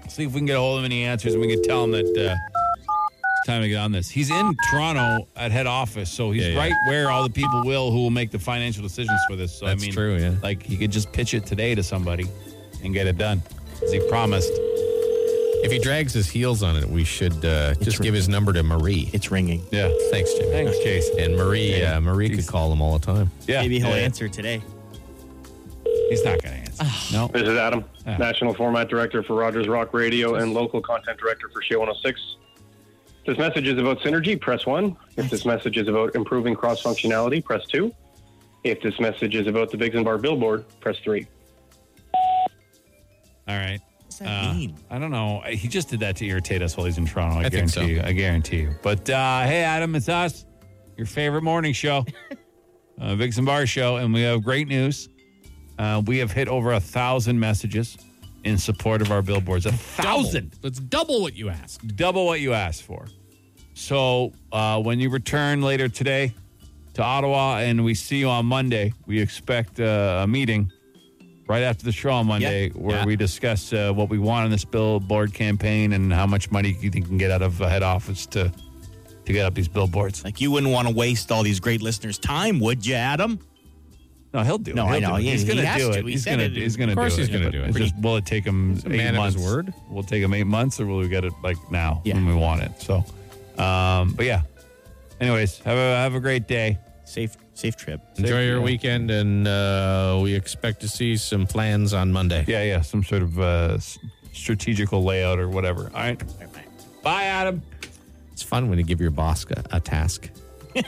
Speaker 4: See if we can get a hold of him and he answers, and we can tell him that uh, it's time to get on this. He's in Toronto at head office, so he's
Speaker 3: Yeah, yeah.
Speaker 4: right where all the people will who will make the financial decisions for this. So
Speaker 3: That's
Speaker 4: I mean,
Speaker 3: true, yeah.
Speaker 4: Like he could just pitch it today to somebody and get it done, as he promised.
Speaker 3: If he drags his heels on it, we should uh, just give his number to Marie.
Speaker 5: It's ringing.
Speaker 4: Yeah,
Speaker 3: Thanks, Jimmy.
Speaker 4: thanks, Chase.
Speaker 3: And Marie, uh, Marie could call him all the time.
Speaker 4: Yeah,
Speaker 5: Maybe he'll
Speaker 4: yeah, yeah.
Speaker 5: answer today.
Speaker 4: He's not going to answer. no.
Speaker 9: This is Adam,
Speaker 4: Yeah.
Speaker 9: National Format Director for Rogers Rock Radio and Local Content Director for Shea 106. If This message is about synergy, press one. If this message is about improving cross functionality, press two. If this message is about the Bigs and Bar billboard, press three.
Speaker 4: All right. What's
Speaker 5: that mean?
Speaker 4: Uh, I don't know. He just did that to irritate us while he's in Toronto. I,
Speaker 3: I think
Speaker 4: guarantee
Speaker 3: so.
Speaker 4: you. I guarantee you. But uh, hey, Adam, it's us, your favorite morning show, uh, Vix and Bar Show, and we have great news. Uh, we have hit over a thousand messages in support of our billboards. A thousand
Speaker 3: That's double what you asked.
Speaker 4: double what you asked for. So uh, when you return later today to Ottawa and we see you on Monday, we expect uh, a meeting right after the show on Monday
Speaker 5: Yeah.
Speaker 4: where
Speaker 5: Yeah.
Speaker 4: we discuss uh, what we want in this billboard campaign and how much money you think you can get out of uh, head office to to get up these billboards.
Speaker 5: Like you wouldn't want to waste all these great listeners' time, would you, Adam?
Speaker 4: No, he'll do it.
Speaker 5: No,
Speaker 4: He'll
Speaker 5: I know.
Speaker 4: do it.
Speaker 5: He-
Speaker 4: He's
Speaker 5: he
Speaker 4: going to
Speaker 5: has
Speaker 4: do
Speaker 5: to.
Speaker 4: it.
Speaker 5: He
Speaker 4: He's
Speaker 5: said
Speaker 4: going to.
Speaker 5: it.
Speaker 4: He's going to.
Speaker 3: Of course he's gonna do it.
Speaker 4: It's just, will it take him
Speaker 3: a
Speaker 4: eight
Speaker 3: man of his
Speaker 4: months?
Speaker 3: word.
Speaker 4: Will it take him eight months, or will we get it like now
Speaker 5: Yeah.
Speaker 4: when we want it? So, um, but yeah. Anyways, have a have a great day.
Speaker 5: Safe, safe trip.
Speaker 3: Enjoy your
Speaker 4: yeah.
Speaker 3: weekend, and uh, we expect to see some plans on Monday.
Speaker 4: Yeah, yeah. Some sort of uh, s- strategical layout or whatever. All right. Bye, Adam.
Speaker 3: It's fun when you give your boss a, a task.
Speaker 5: (laughs)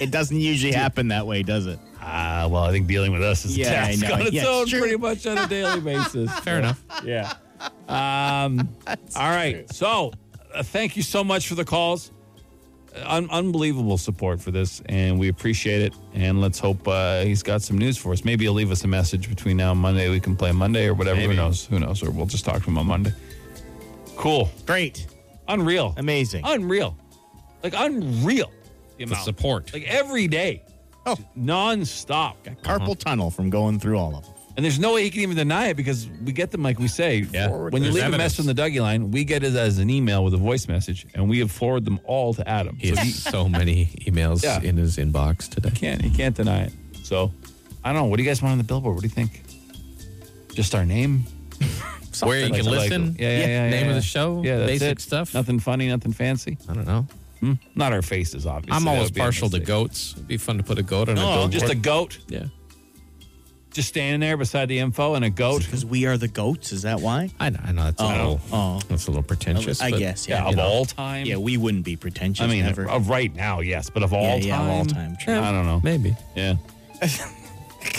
Speaker 5: It doesn't
Speaker 3: (laughs)
Speaker 5: usually happen that way, does it?
Speaker 4: Ah, well, I think dealing with us is
Speaker 5: Yeah,
Speaker 4: a
Speaker 5: I
Speaker 4: task
Speaker 5: know.
Speaker 4: on its
Speaker 5: Yeah, it's
Speaker 4: own,
Speaker 5: true.
Speaker 4: pretty much on a
Speaker 5: (laughs)
Speaker 4: daily basis. Fair enough. Yeah. Um, all right. So, uh, thank you so much for the calls. Un- unbelievable support for this, and we appreciate it. And let's hope uh, he's got some news for us. Maybe he'll leave us a message between now and Monday. We can play Monday or whatever. Who knows? Who knows? Or we'll just talk to him on Monday. Cool.
Speaker 5: Great.
Speaker 4: Unreal.
Speaker 5: Amazing.
Speaker 4: Unreal. Like, unreal.
Speaker 3: The
Speaker 4: The amount.
Speaker 3: support.
Speaker 4: Like, every day.
Speaker 5: Oh.
Speaker 4: Non-stop.
Speaker 5: Carpal tunnel from going through all of them.
Speaker 4: And there's no way he can even deny it because we get them like we say.
Speaker 3: Yeah.
Speaker 4: forward- When you
Speaker 3: There's
Speaker 4: leave
Speaker 3: evidence.
Speaker 4: a message on the Dougie line, we get it as an email with a voice message, and we have forwarded them all to Adam.
Speaker 3: He
Speaker 4: So he
Speaker 3: has so many emails
Speaker 4: Yeah.
Speaker 3: in his inbox today.
Speaker 4: can't he can't deny it. So I don't know. What do you guys want on the billboard? What do you think? Just our name,
Speaker 3: Where you
Speaker 4: Like-
Speaker 3: can
Speaker 4: like-
Speaker 3: listen,
Speaker 4: yeah, yeah, yeah, yeah,
Speaker 3: name of
Speaker 4: yeah.
Speaker 3: the show,
Speaker 4: yeah, that's
Speaker 3: basic
Speaker 4: it.
Speaker 3: stuff.
Speaker 4: nothing funny, nothing fancy.
Speaker 3: I don't know.
Speaker 4: Not our faces, obviously.
Speaker 3: I'm
Speaker 4: That
Speaker 3: always
Speaker 4: would be a Oh,
Speaker 3: partial to
Speaker 4: mistake.
Speaker 3: goats. It'd be fun to put a goat on a
Speaker 4: No,
Speaker 3: goat.
Speaker 4: just a goat.
Speaker 3: yeah.
Speaker 4: Just standing there beside the info and a goat.
Speaker 5: Because Oh, we are the goats. Is that why?
Speaker 3: I know, I know that's a
Speaker 5: Oh,
Speaker 3: little,
Speaker 5: oh.
Speaker 3: that's a little pretentious.
Speaker 5: I
Speaker 3: but-
Speaker 5: guess.
Speaker 4: Yeah,
Speaker 5: Yeah.
Speaker 4: of
Speaker 5: You know.
Speaker 4: all time.
Speaker 5: Yeah, we wouldn't be pretentious.
Speaker 4: I mean,
Speaker 5: ever.
Speaker 4: of right now, yes, but of all
Speaker 5: yeah,
Speaker 4: time,
Speaker 5: yeah, of all time. True.
Speaker 4: I don't know.
Speaker 3: Maybe.
Speaker 4: Yeah.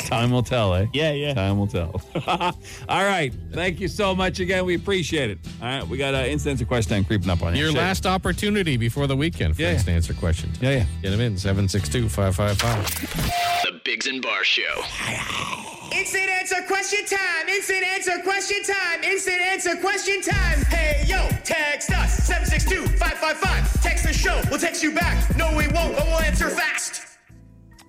Speaker 4: time will tell, eh?
Speaker 5: Yeah, yeah.
Speaker 4: Time will tell. (laughs) all right. Thank you so much again. We appreciate it. All right. We got an uh, instant question time creeping up on you.
Speaker 3: Your
Speaker 4: Shit.
Speaker 3: last opportunity before the weekend for
Speaker 4: Yeah,
Speaker 3: us
Speaker 4: yeah.
Speaker 3: to answer questions.
Speaker 4: Yeah, yeah.
Speaker 3: Get them in 762 555.
Speaker 2: The Bigs and Bar Show.
Speaker 8: Instant answer question time. Instant answer question time. Instant answer question time. Hey yo, text us 762-555. Text the show. We'll text you back. No, we won't, but we'll answer fast.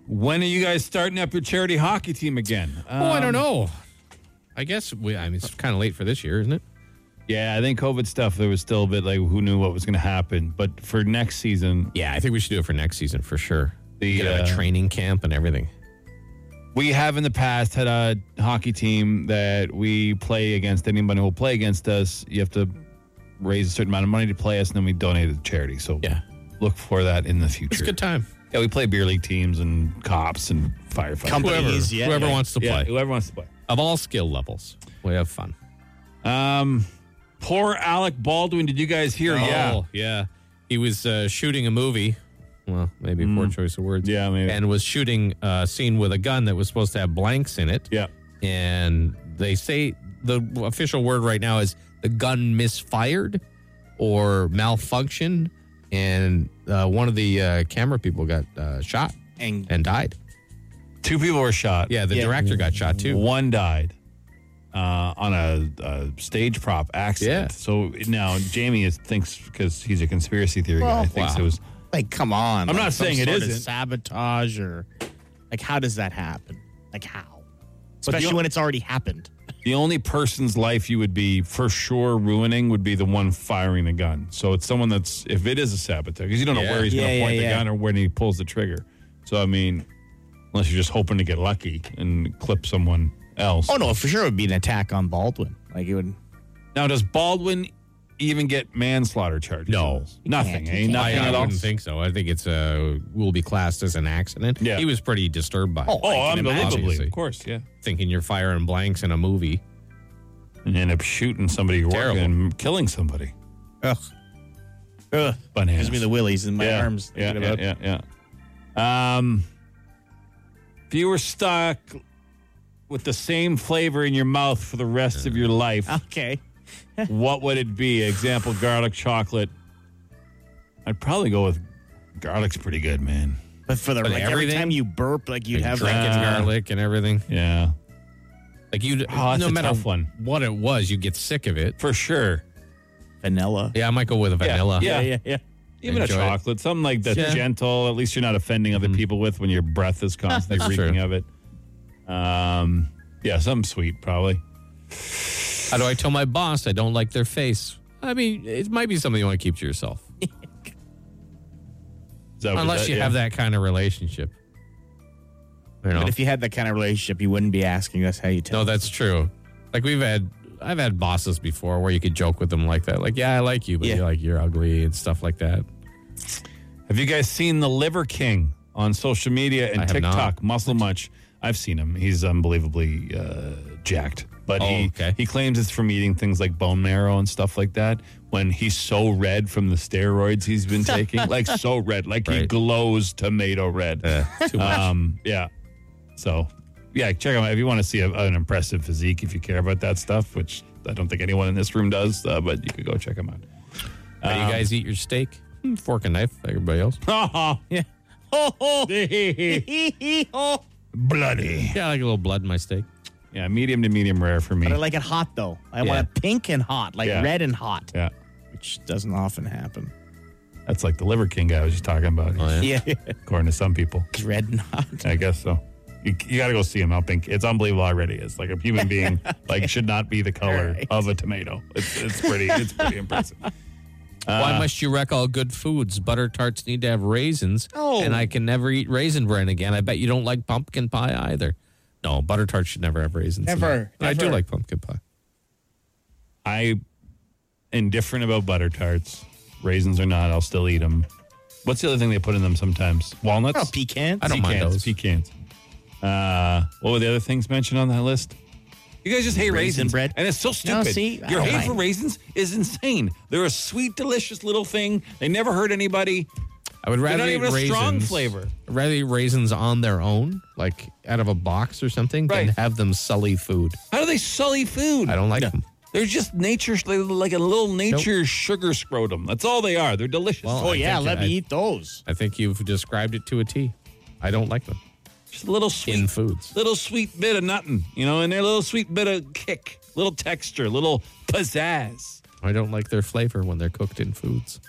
Speaker 4: When are you guys starting up your charity hockey team again? Uh,
Speaker 3: Oh, I don't know. I guess we, I mean, it's kind of late for this year, isn't it?
Speaker 4: yeah, I think COVID stuff, there was still a bit like who knew what was going to happen. But for next season,
Speaker 3: Yeah, I think we should do it for next season for sure.
Speaker 4: The,
Speaker 3: The
Speaker 4: uh,
Speaker 3: a training camp and everything.
Speaker 4: we have in the past had a hockey team that we play against anybody who will play against us you have to raise a certain amount of money to play us and then we donate it to charity so
Speaker 3: Yeah.
Speaker 4: look for that in the future
Speaker 3: It's a good time.
Speaker 4: yeah we play beer league teams and cops and firefighters
Speaker 5: Companies,
Speaker 4: whoever,
Speaker 5: Please, yeah,
Speaker 3: Whoever
Speaker 5: yeah.
Speaker 3: wants to play.
Speaker 4: yeah, whoever wants to play
Speaker 3: Of all skill levels, we have fun.
Speaker 4: um poor alec baldwin did you guys hear yeah
Speaker 3: Oh, yeah. He was uh, shooting a movie. Well, maybe poor choice of words.
Speaker 4: Mm. Yeah, maybe.
Speaker 3: And was shooting a scene with a gun that was supposed to have blanks in it.
Speaker 4: yeah
Speaker 3: And they say the official word right now is the gun misfired or malfunctioned. And uh, one of the uh, camera people got uh, shot
Speaker 5: And
Speaker 3: and died.
Speaker 4: two people were shot
Speaker 3: Yeah, the
Speaker 5: Yeah.
Speaker 3: director got shot too.
Speaker 4: One died uh, on a, a stage prop accident.
Speaker 3: Yeah.
Speaker 4: So now Jamie is, thinks because he's a conspiracy theory guy, thinks
Speaker 3: wow.
Speaker 4: it was.
Speaker 5: like, come on.
Speaker 4: I'm
Speaker 5: like,
Speaker 4: not
Speaker 5: some
Speaker 4: saying it
Speaker 5: sort of
Speaker 4: isn't.
Speaker 5: sabotage or like, how does that happen? Like, how?
Speaker 4: But
Speaker 5: Especially
Speaker 4: the-
Speaker 5: when it's already happened.
Speaker 4: The only person's life you would be for sure ruining would be the one firing the gun. So it's someone that's if it is a saboteur because you don't know
Speaker 3: Yeah.
Speaker 4: where he's going
Speaker 5: Yeah,
Speaker 4: to
Speaker 5: yeah,
Speaker 4: point the
Speaker 5: yeah.
Speaker 4: gun or when he pulls the trigger. So I mean, unless you're just hoping to get lucky and clip someone else.
Speaker 5: Oh, no, for sure it would be an attack on Baldwin. Like, it would.
Speaker 4: Now does Baldwin even get manslaughter charges?
Speaker 3: No.
Speaker 4: nothing.
Speaker 5: can't.
Speaker 4: eh?
Speaker 5: He can't.
Speaker 4: Nothing
Speaker 3: I, I
Speaker 4: at all.
Speaker 3: wouldn't think so. I think it's uh, will be classed as an accident.
Speaker 4: Yeah.
Speaker 3: He was pretty disturbed by it.
Speaker 4: Oh,
Speaker 3: I can imagine.
Speaker 4: unbelievably,
Speaker 3: Obviously.
Speaker 4: of course, yeah.
Speaker 3: thinking you're firing blanks in a movie.
Speaker 4: and end up shooting somebody you're
Speaker 3: Terrible.
Speaker 4: working and killing somebody.
Speaker 5: Ugh. Ugh.
Speaker 4: Bananas.
Speaker 5: Gives me the willies in my
Speaker 4: yeah.
Speaker 5: arms.
Speaker 4: Yeah,
Speaker 5: thinking
Speaker 4: yeah,
Speaker 5: about-
Speaker 4: yeah, yeah. Um, if you were stuck with the same flavor in your mouth for the rest of your
Speaker 5: (laughs)
Speaker 4: life,
Speaker 5: Okay.
Speaker 4: what would it be? Example: garlic chocolate. I'd probably go with garlic's pretty good, man.
Speaker 5: But for the
Speaker 3: But
Speaker 5: like, every
Speaker 3: everything?
Speaker 5: time you burp, like you'd
Speaker 3: Like
Speaker 5: have uh,
Speaker 3: drinking
Speaker 5: like,
Speaker 3: garlic and everything.
Speaker 4: Yeah,
Speaker 3: Like you,
Speaker 4: Oh, that's
Speaker 3: no
Speaker 4: a
Speaker 3: matter
Speaker 4: tough one.
Speaker 3: what it was, you get sick of it.
Speaker 4: for sure.
Speaker 5: vanilla.
Speaker 3: Yeah, I might go with a vanilla.
Speaker 4: Yeah.
Speaker 5: yeah, yeah.
Speaker 4: Even
Speaker 3: Enjoy
Speaker 4: a
Speaker 3: it.
Speaker 4: chocolate, something like that's
Speaker 3: Yeah.
Speaker 4: gentle. At least you're not offending other people with when your breath
Speaker 5: (laughs)
Speaker 4: is constantly
Speaker 3: That's
Speaker 4: reeking
Speaker 3: true.
Speaker 4: of it. Um, yeah, something sweet probably.
Speaker 3: How do I tell my boss I don't like their face? I mean, it might be something you want to keep to yourself,
Speaker 4: Is that what
Speaker 3: unless
Speaker 4: that-
Speaker 3: you
Speaker 4: yeah.
Speaker 3: have that kind of relationship. You know?
Speaker 5: But if you had that kind of relationship, you wouldn't be asking us how you tell.
Speaker 3: no, that's true. Like we've had, I've had bosses before where you could joke with them like that. Like, yeah, I like you, but
Speaker 5: Yeah.
Speaker 3: you're like you're ugly and stuff like that.
Speaker 4: Have you guys seen the Liver King on social media and
Speaker 3: I have not.
Speaker 4: TikTok? Muscle Munch. I've seen him. He's unbelievably uh, jacked, but
Speaker 3: Oh,
Speaker 4: he
Speaker 3: okay.
Speaker 4: he claims it's from eating things like bone marrow and stuff like that. When he's so red from the steroids he's
Speaker 3: (laughs)
Speaker 4: been taking, like so red, like he
Speaker 3: Right.
Speaker 4: glows tomato red.
Speaker 3: Too much.
Speaker 4: Um, yeah. So, yeah, check them out if you want to see a, an impressive physique. If you care about that stuff, which I don't think anyone in this room does, uh, but you could go check them
Speaker 3: (laughs)
Speaker 4: out.
Speaker 3: How do
Speaker 4: Um,
Speaker 3: you guys eat your steak? Hmm, Fork and knife, like everybody
Speaker 4: (laughs)
Speaker 3: else.
Speaker 5: (laughs) Yeah. Oh, oh.
Speaker 4: Bloody.
Speaker 3: Yeah, I like a little blood in my steak.
Speaker 4: Yeah, medium to medium rare for me.
Speaker 5: But I like it hot though. I
Speaker 4: Yeah.
Speaker 5: want it pink and hot, like
Speaker 4: Yeah.
Speaker 5: red and hot,
Speaker 4: yeah,
Speaker 5: which doesn't often happen.
Speaker 4: that's like the Liver King guy I was just talking about.
Speaker 5: (laughs) Yeah,
Speaker 4: According to some people,
Speaker 5: it's red and hot.
Speaker 4: I guess so. You, you got to go see him. I think it's unbelievable already. It's like a human
Speaker 5: (laughs)
Speaker 4: being like should not be the color
Speaker 5: right.
Speaker 4: of a tomato. It's, it's pretty. It's pretty impressive. Uh.
Speaker 3: Why must you wreck all good foods? Butter tarts need to have raisins.
Speaker 5: Oh.
Speaker 3: And I can never eat raisin bran again. I bet you don't like pumpkin pie either. No, butter tarts should never have raisins. in
Speaker 5: Never,
Speaker 3: it. And I do
Speaker 5: never.
Speaker 3: like pumpkin pie.
Speaker 4: I indifferent about butter tarts. Raisins or not, I'll still eat them. What's the other thing they put in them sometimes? Walnuts?
Speaker 5: Oh, pecans.
Speaker 3: I don't mind
Speaker 4: Pecans,
Speaker 3: those.
Speaker 4: Pecans. Uh, what were the other things mentioned on that list? You guys just hate
Speaker 5: Raisin
Speaker 4: raisins,
Speaker 5: bread.
Speaker 4: and it's so
Speaker 5: No,
Speaker 4: stupid.
Speaker 5: see, I
Speaker 4: your
Speaker 5: don't
Speaker 4: hate
Speaker 5: mind.
Speaker 4: for raisins is insane. They're a sweet, delicious little thing. They never hurt anybody.
Speaker 3: I would rather
Speaker 4: not
Speaker 3: eat
Speaker 4: even a
Speaker 3: raisins,
Speaker 4: strong flavor.
Speaker 3: I'd rather eat raisins on their own, like out of a box or something,
Speaker 4: Right.
Speaker 3: than have them sully food.
Speaker 4: How do they sully food?
Speaker 3: I don't like them.
Speaker 4: They're just nature, they're like a little nature sugar scrotum. That's all they are. They're delicious.
Speaker 3: Well,
Speaker 5: Oh
Speaker 3: I
Speaker 5: yeah,
Speaker 3: think
Speaker 5: let
Speaker 3: I-
Speaker 5: me eat those.
Speaker 3: I think you've described it to a T. I don't like them
Speaker 4: just a little sweet,
Speaker 3: in foods.
Speaker 4: little sweet bit of nothing, you know, and their little sweet bit of kick, little texture, little pizzazz.
Speaker 3: I don't like their flavor when they're cooked in foods.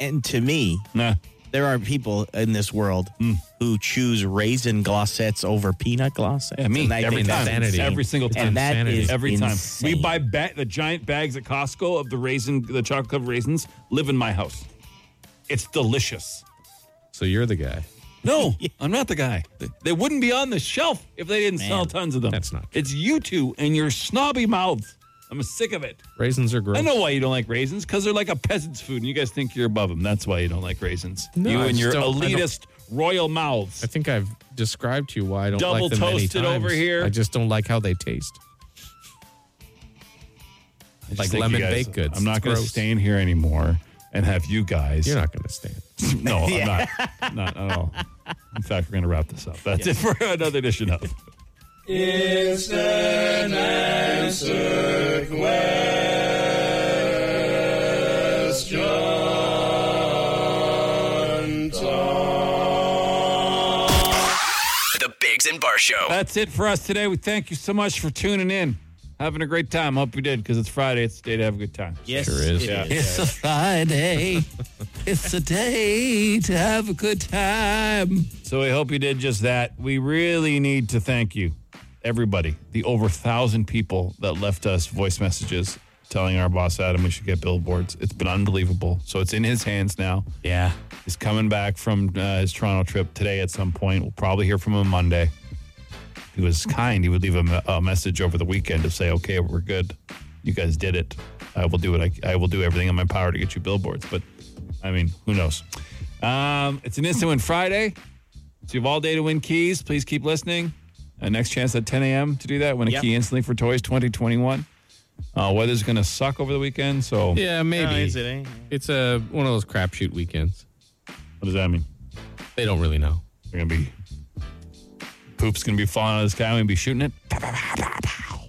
Speaker 5: And to me,
Speaker 4: Nah.
Speaker 5: there are people in this world who choose raisin glossettes over peanut glossettes.
Speaker 4: Yeah, me.
Speaker 5: And I
Speaker 4: Every
Speaker 5: think
Speaker 4: time.
Speaker 5: that's
Speaker 3: insanity.
Speaker 5: insane.
Speaker 4: Every single time.
Speaker 5: And that
Speaker 3: Insanity.
Speaker 5: is
Speaker 4: Every time we
Speaker 5: insane.
Speaker 4: buy ba- the giant bags at Costco of the raisin, the chocolate covered raisins, live in my house. It's delicious.
Speaker 3: So you're the guy.
Speaker 4: (laughs) No, I'm not the guy. They- They wouldn't be on the shelf if they didn't sell tons of them.
Speaker 3: that's not true.
Speaker 4: It's you two and your snobby mouths. I'm sick of it.
Speaker 3: Raisins are gross.
Speaker 4: I know why you don't like raisins because they're like a peasant's food, and you guys think you're above them. That's why you don't like raisins.
Speaker 3: No,
Speaker 4: you
Speaker 3: I
Speaker 4: and
Speaker 3: just
Speaker 4: your
Speaker 3: don't- I don't-
Speaker 4: elitist royal mouths.
Speaker 3: I think I've described to you why I don't
Speaker 4: Double
Speaker 3: like them many
Speaker 4: toasted
Speaker 3: times.
Speaker 4: over here.
Speaker 3: I just don't like how they taste.
Speaker 4: I just
Speaker 3: like
Speaker 4: think you
Speaker 3: lemon
Speaker 4: guys-
Speaker 3: baked goods.
Speaker 4: I'm not
Speaker 3: It's
Speaker 4: going to
Speaker 3: gross.
Speaker 4: stand here anymore and have you guys.
Speaker 3: You're not going to stand.
Speaker 4: no, I'm not. Not at all. In fact, we're going to wrap this up. That's it for another edition of. It's
Speaker 2: The Bigs and Bar Show.
Speaker 4: That's it for us today. We thank you so much for tuning in. Having a great time. Hope you did because it's Friday. It's the day to have a good time.
Speaker 5: Yes,
Speaker 3: Sure is.
Speaker 5: it
Speaker 3: Yeah.
Speaker 4: It's a Friday. (laughs) it's a day to have a good time. So we hope you did just that. We really need to thank you, everybody, the over thousand people that left us voice messages telling our boss Adam we should get billboards. It's been unbelievable. So it's in his hands now.
Speaker 5: Yeah.
Speaker 4: He's coming back from uh, his Toronto trip today at some point. We'll probably hear from him Monday. He was kind. He would leave a, me- a message over the weekend to say, "Okay, we're good. You guys did it. I will do it. I, I will do everything in my power to get you billboards." But I mean, who knows? Um, it's an instant win Friday, so you have all day to win keys. Please keep listening. Uh, next chance at 10 a.m. to do that. Win a
Speaker 5: Yep.
Speaker 4: key instantly for Toys 2021. Uh, weather's going to suck over the weekend, so
Speaker 3: Yeah, maybe.
Speaker 5: No, is
Speaker 3: it's,
Speaker 5: it, eh?
Speaker 3: a one of those crapshoot weekends.
Speaker 4: what does that mean?
Speaker 3: They don't really know.
Speaker 4: They're gonna be poop's gonna be falling out of the sky. We're gonna be shooting it.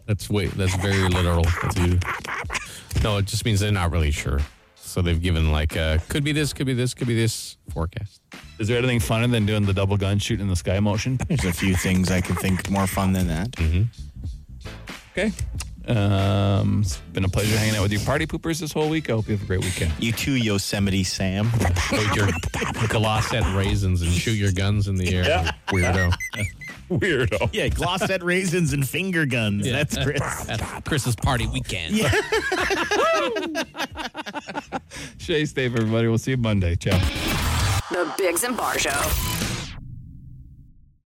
Speaker 3: That's way. That's (laughs) very literal. That's you- No, it just means they're not really sure. So they've given like uh, could be this, could be this, could be this forecast.
Speaker 4: Is there anything funner than doing the double gun shooting in the sky motion?
Speaker 5: There's a few things I could think more fun than that.
Speaker 4: Okay. Um, it's been a pleasure hanging out with you, party poopers, this whole week. I hope you have a great weekend.
Speaker 5: You too, Yosemite Sam.
Speaker 3: Put your glossette raisins and shoot your guns in the air, weirdo.
Speaker 4: (laughs) Weirdo.
Speaker 5: (laughs) yeah, glossette raisins and finger guns. That's Chris.
Speaker 3: At Chris's party weekend.
Speaker 4: Shay, Dave, everybody. We'll see you Monday. Ciao.
Speaker 11: The Bigs and Bar Show.